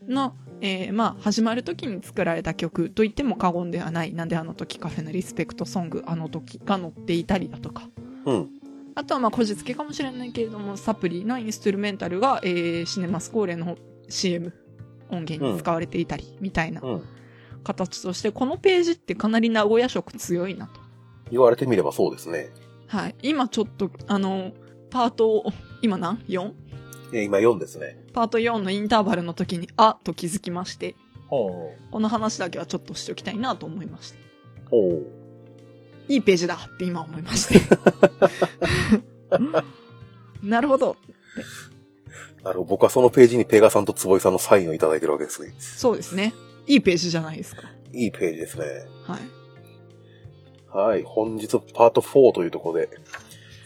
S3: の、えーまあ、始まる時に作られた曲と言っても過言ではない、なんであの時カフェのリスペクトソング、あの時が載っていたりだとか、
S2: うん。
S3: あとはまあ、こじつけかもしれないけれども、サプリのインストゥルメンタルが、えーシネマスコーレの CM 音源に使われていたり、みたいな
S2: うん。
S3: 形として、このページってかなり名古屋色強いなと。
S2: 言われてみればそうですね。
S3: はい。今ちょっと、あの、パートを、今何 ?4?
S2: え今4ですね。
S3: パート4のインターバルの時に、あと気づきまして、
S2: ほう。
S3: この話だけはちょっとしておきたいなと思いました。
S2: ほう。
S3: いいページだって <laughs> 今思い
S2: <laughs>
S3: ました。なるほど。
S2: なるほど。僕はそのページにペガさんと坪井さんのサインをいただいてるわけですね。
S3: そうですね。いいページじゃないですか。
S2: いいページですね。
S3: はい。
S2: はい。本日パート4というところで。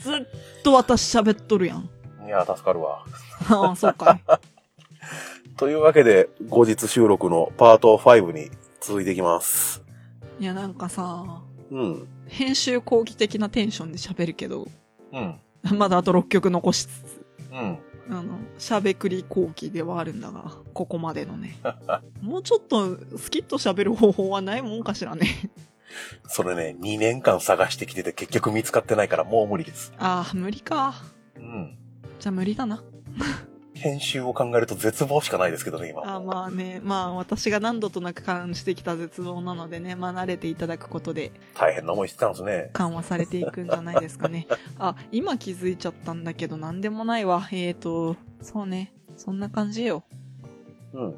S3: ずっと私喋っとるやん。
S2: いや、助かるわ。
S3: <laughs> ああ、そうかい。
S2: というわけで、後日収録のパート5に続いていきます。
S3: いや、なんかさ、
S2: うん。
S3: 編集後期的なテンションで喋るけど、
S2: うん。
S3: まだあと6曲残しつつ、
S2: うん。
S3: あの、喋くり後期ではあるんだが、ここまでの <laughs> ね。もうちょっと、スキッと喋る方法はないもんかしらね。 <laughs>
S2: それね、2年間探してきてて結局見つかってないからもう無理です。
S3: ああ、無理か。
S2: うん。
S3: じゃあ無理だな。
S2: 編集を考えると絶望しかないですけどね、今。
S3: あまあね、まあ私が何度となく感じてきた絶望なのでね、まあ慣れていただくことで
S2: 大変な思いしてたんですね。
S3: 緩和されていくんじゃないですかね。あ、今気づいちゃったんだけど何でもないわ。えーと、そうね、そんな感じよ。 <laughs>
S2: うん。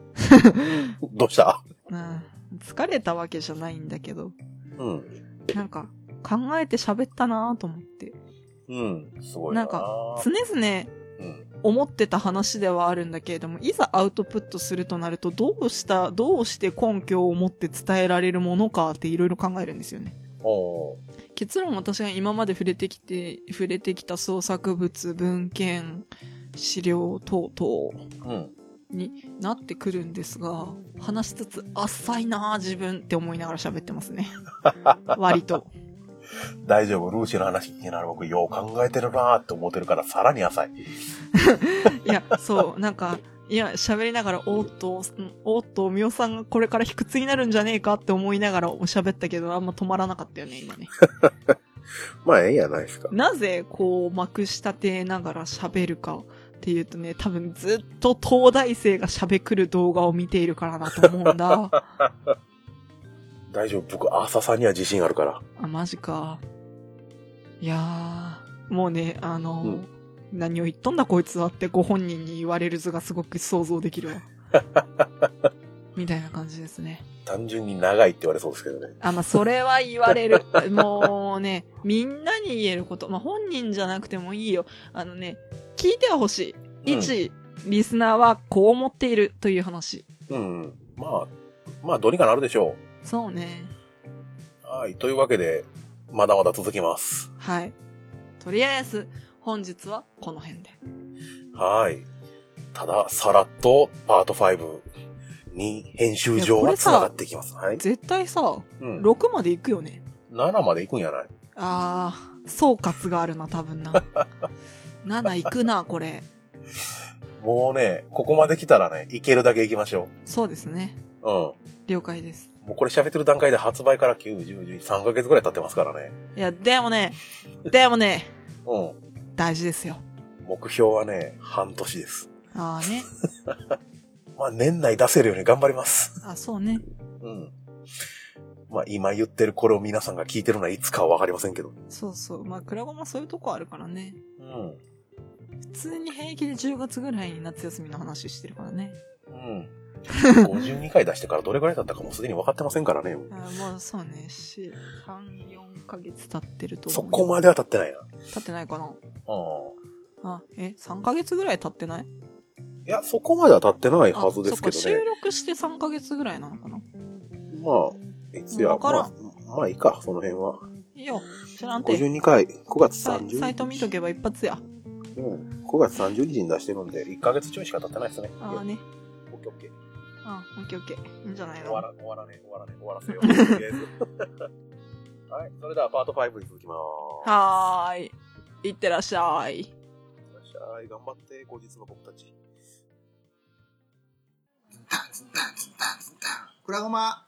S2: どうした
S3: うん。疲れたわけじゃないんだけど、
S2: うん。
S3: なんか考えて喋ったなぁと思って。
S2: うん。すごいな。
S3: なんか常々
S2: うん。
S3: 思ってた話ではあるんだけれども、いざアウトプットするとなると、どうした、どうして根拠を持って伝えられるものかっていろいろ考えるんですよね。
S2: おー
S3: 結論私が今まで触れてきて、触れてきた創作物、文献、資料等々
S2: うん。
S3: になってくるんですが、話しつつ、浅いなぁ自分って思いながら喋ってますね。割と。
S2: 大丈夫、ルーシーの話聞きながら僕、よう考えてるなーって思ってるから、さらに浅い。
S3: いや、そう、なんか、いや、喋りながら、おーっと、うんおーっと、みおさんがこれから卑屈になるんじゃねえかって思いながら喋ったけど、あんま止まらなかったよね、今ね。
S2: まあ、ええんやないですか。
S3: なぜ、こう、まくしたてながら喋るかっていうとね、多分ずっと東大生が喋くる動画を見ているからだと思うんだ。
S2: 大丈夫、僕、浅さには自信あるから。
S3: あ、マジか。いやー、もうね、あの、
S2: うん
S3: 何を言っとんだこいつはってご本人に言われる図がすごく想像できるわ。
S2: <laughs>
S3: みたいな感じですね。
S2: 単純に長いって言われそうですけどね。
S3: あ、まあ、それは言われ
S2: <laughs>
S3: る。もうね、みんなに言えること。まあ、本人じゃなくてもいいよ。あのね、聞いてはほしい。
S2: うん
S3: 一、リスナーはこう思っているという話。
S2: うん。まあ、まあ、どうにかなるでしょ
S3: そうね。
S2: う。はい。というわけで、まだまだ続きます。
S3: はい。とりあえず、本日はこの辺で。
S2: はい。ただ、さらっと、パート5に編集上
S3: いやこ
S2: は
S3: れさ
S2: 繋がっていきます。はい。
S3: 絶対さ、
S2: うん。
S3: 6まで行くよね。
S2: 7まで行くんやない
S3: あー、総括があるな、多分な。7行くな、これ。
S2: もうね、ここまで来たらね、行けるだけ行きましょ
S3: そうですね。
S2: う。うん。
S3: 了解です。
S2: もうこれ喋ってる段階で発売から9、10、11、3ヶ月ぐらい経ってますからね。
S3: いや、でもね、でもね、
S2: う
S3: 大事ですよ。
S2: ん。目標はね、半年です。
S3: ああね。
S2: まあ年内出せるように頑張ります。
S3: あ、そうね。
S2: うん。まあ今言ってるこれを皆さんが聞いてるのはいつかはわかりませんけど。
S3: そうそう。まあ、クラゴマそういうとこあるからね。
S2: うん。
S3: 普通に平気で10月ぐらいに夏休みの話してるからね。
S2: <laughs> うん。52回出してからどれぐらいだったかもうすでに分かってませんからね。
S3: あもうそうね。し、3、4ヶ月経ってると
S2: そ
S3: 思う。
S2: こまでは経ってないな。
S3: 経ってないかな。
S2: う
S3: あ、え、3ヶ月ぐらい経ってない
S2: ん。いや、そこまでは経ってない
S3: あ
S2: はずですけど
S3: そっか収
S2: ね。
S3: 録して3ヶ月ぐらいなのか
S2: ま
S3: な
S2: あ、いつや、
S3: わ
S2: ま
S3: から
S2: あ
S3: ん、
S2: まあいいか、その辺は。
S3: いいよ。知らんて。
S2: 52回、9月
S3: サ
S2: 30
S3: イ
S2: 日。
S3: サイト見とけば一発や。
S2: うん、9月30日に出してるんで、1ヶ月ちょいしか経ってないですね。
S3: ああね。
S2: オッケーオッケー。
S3: あオッケーオッケー。いいんじゃない
S2: 終
S3: の
S2: わら、終わらねえ、終わらねえ、終わら
S3: <laughs>
S2: せよう。とりあえず <laughs> はい、それではパート5に続きまーす。
S3: はーい。いってらっしゃい。
S2: いらっしゃい、頑張って、後日の僕たち。
S1: クラゴマ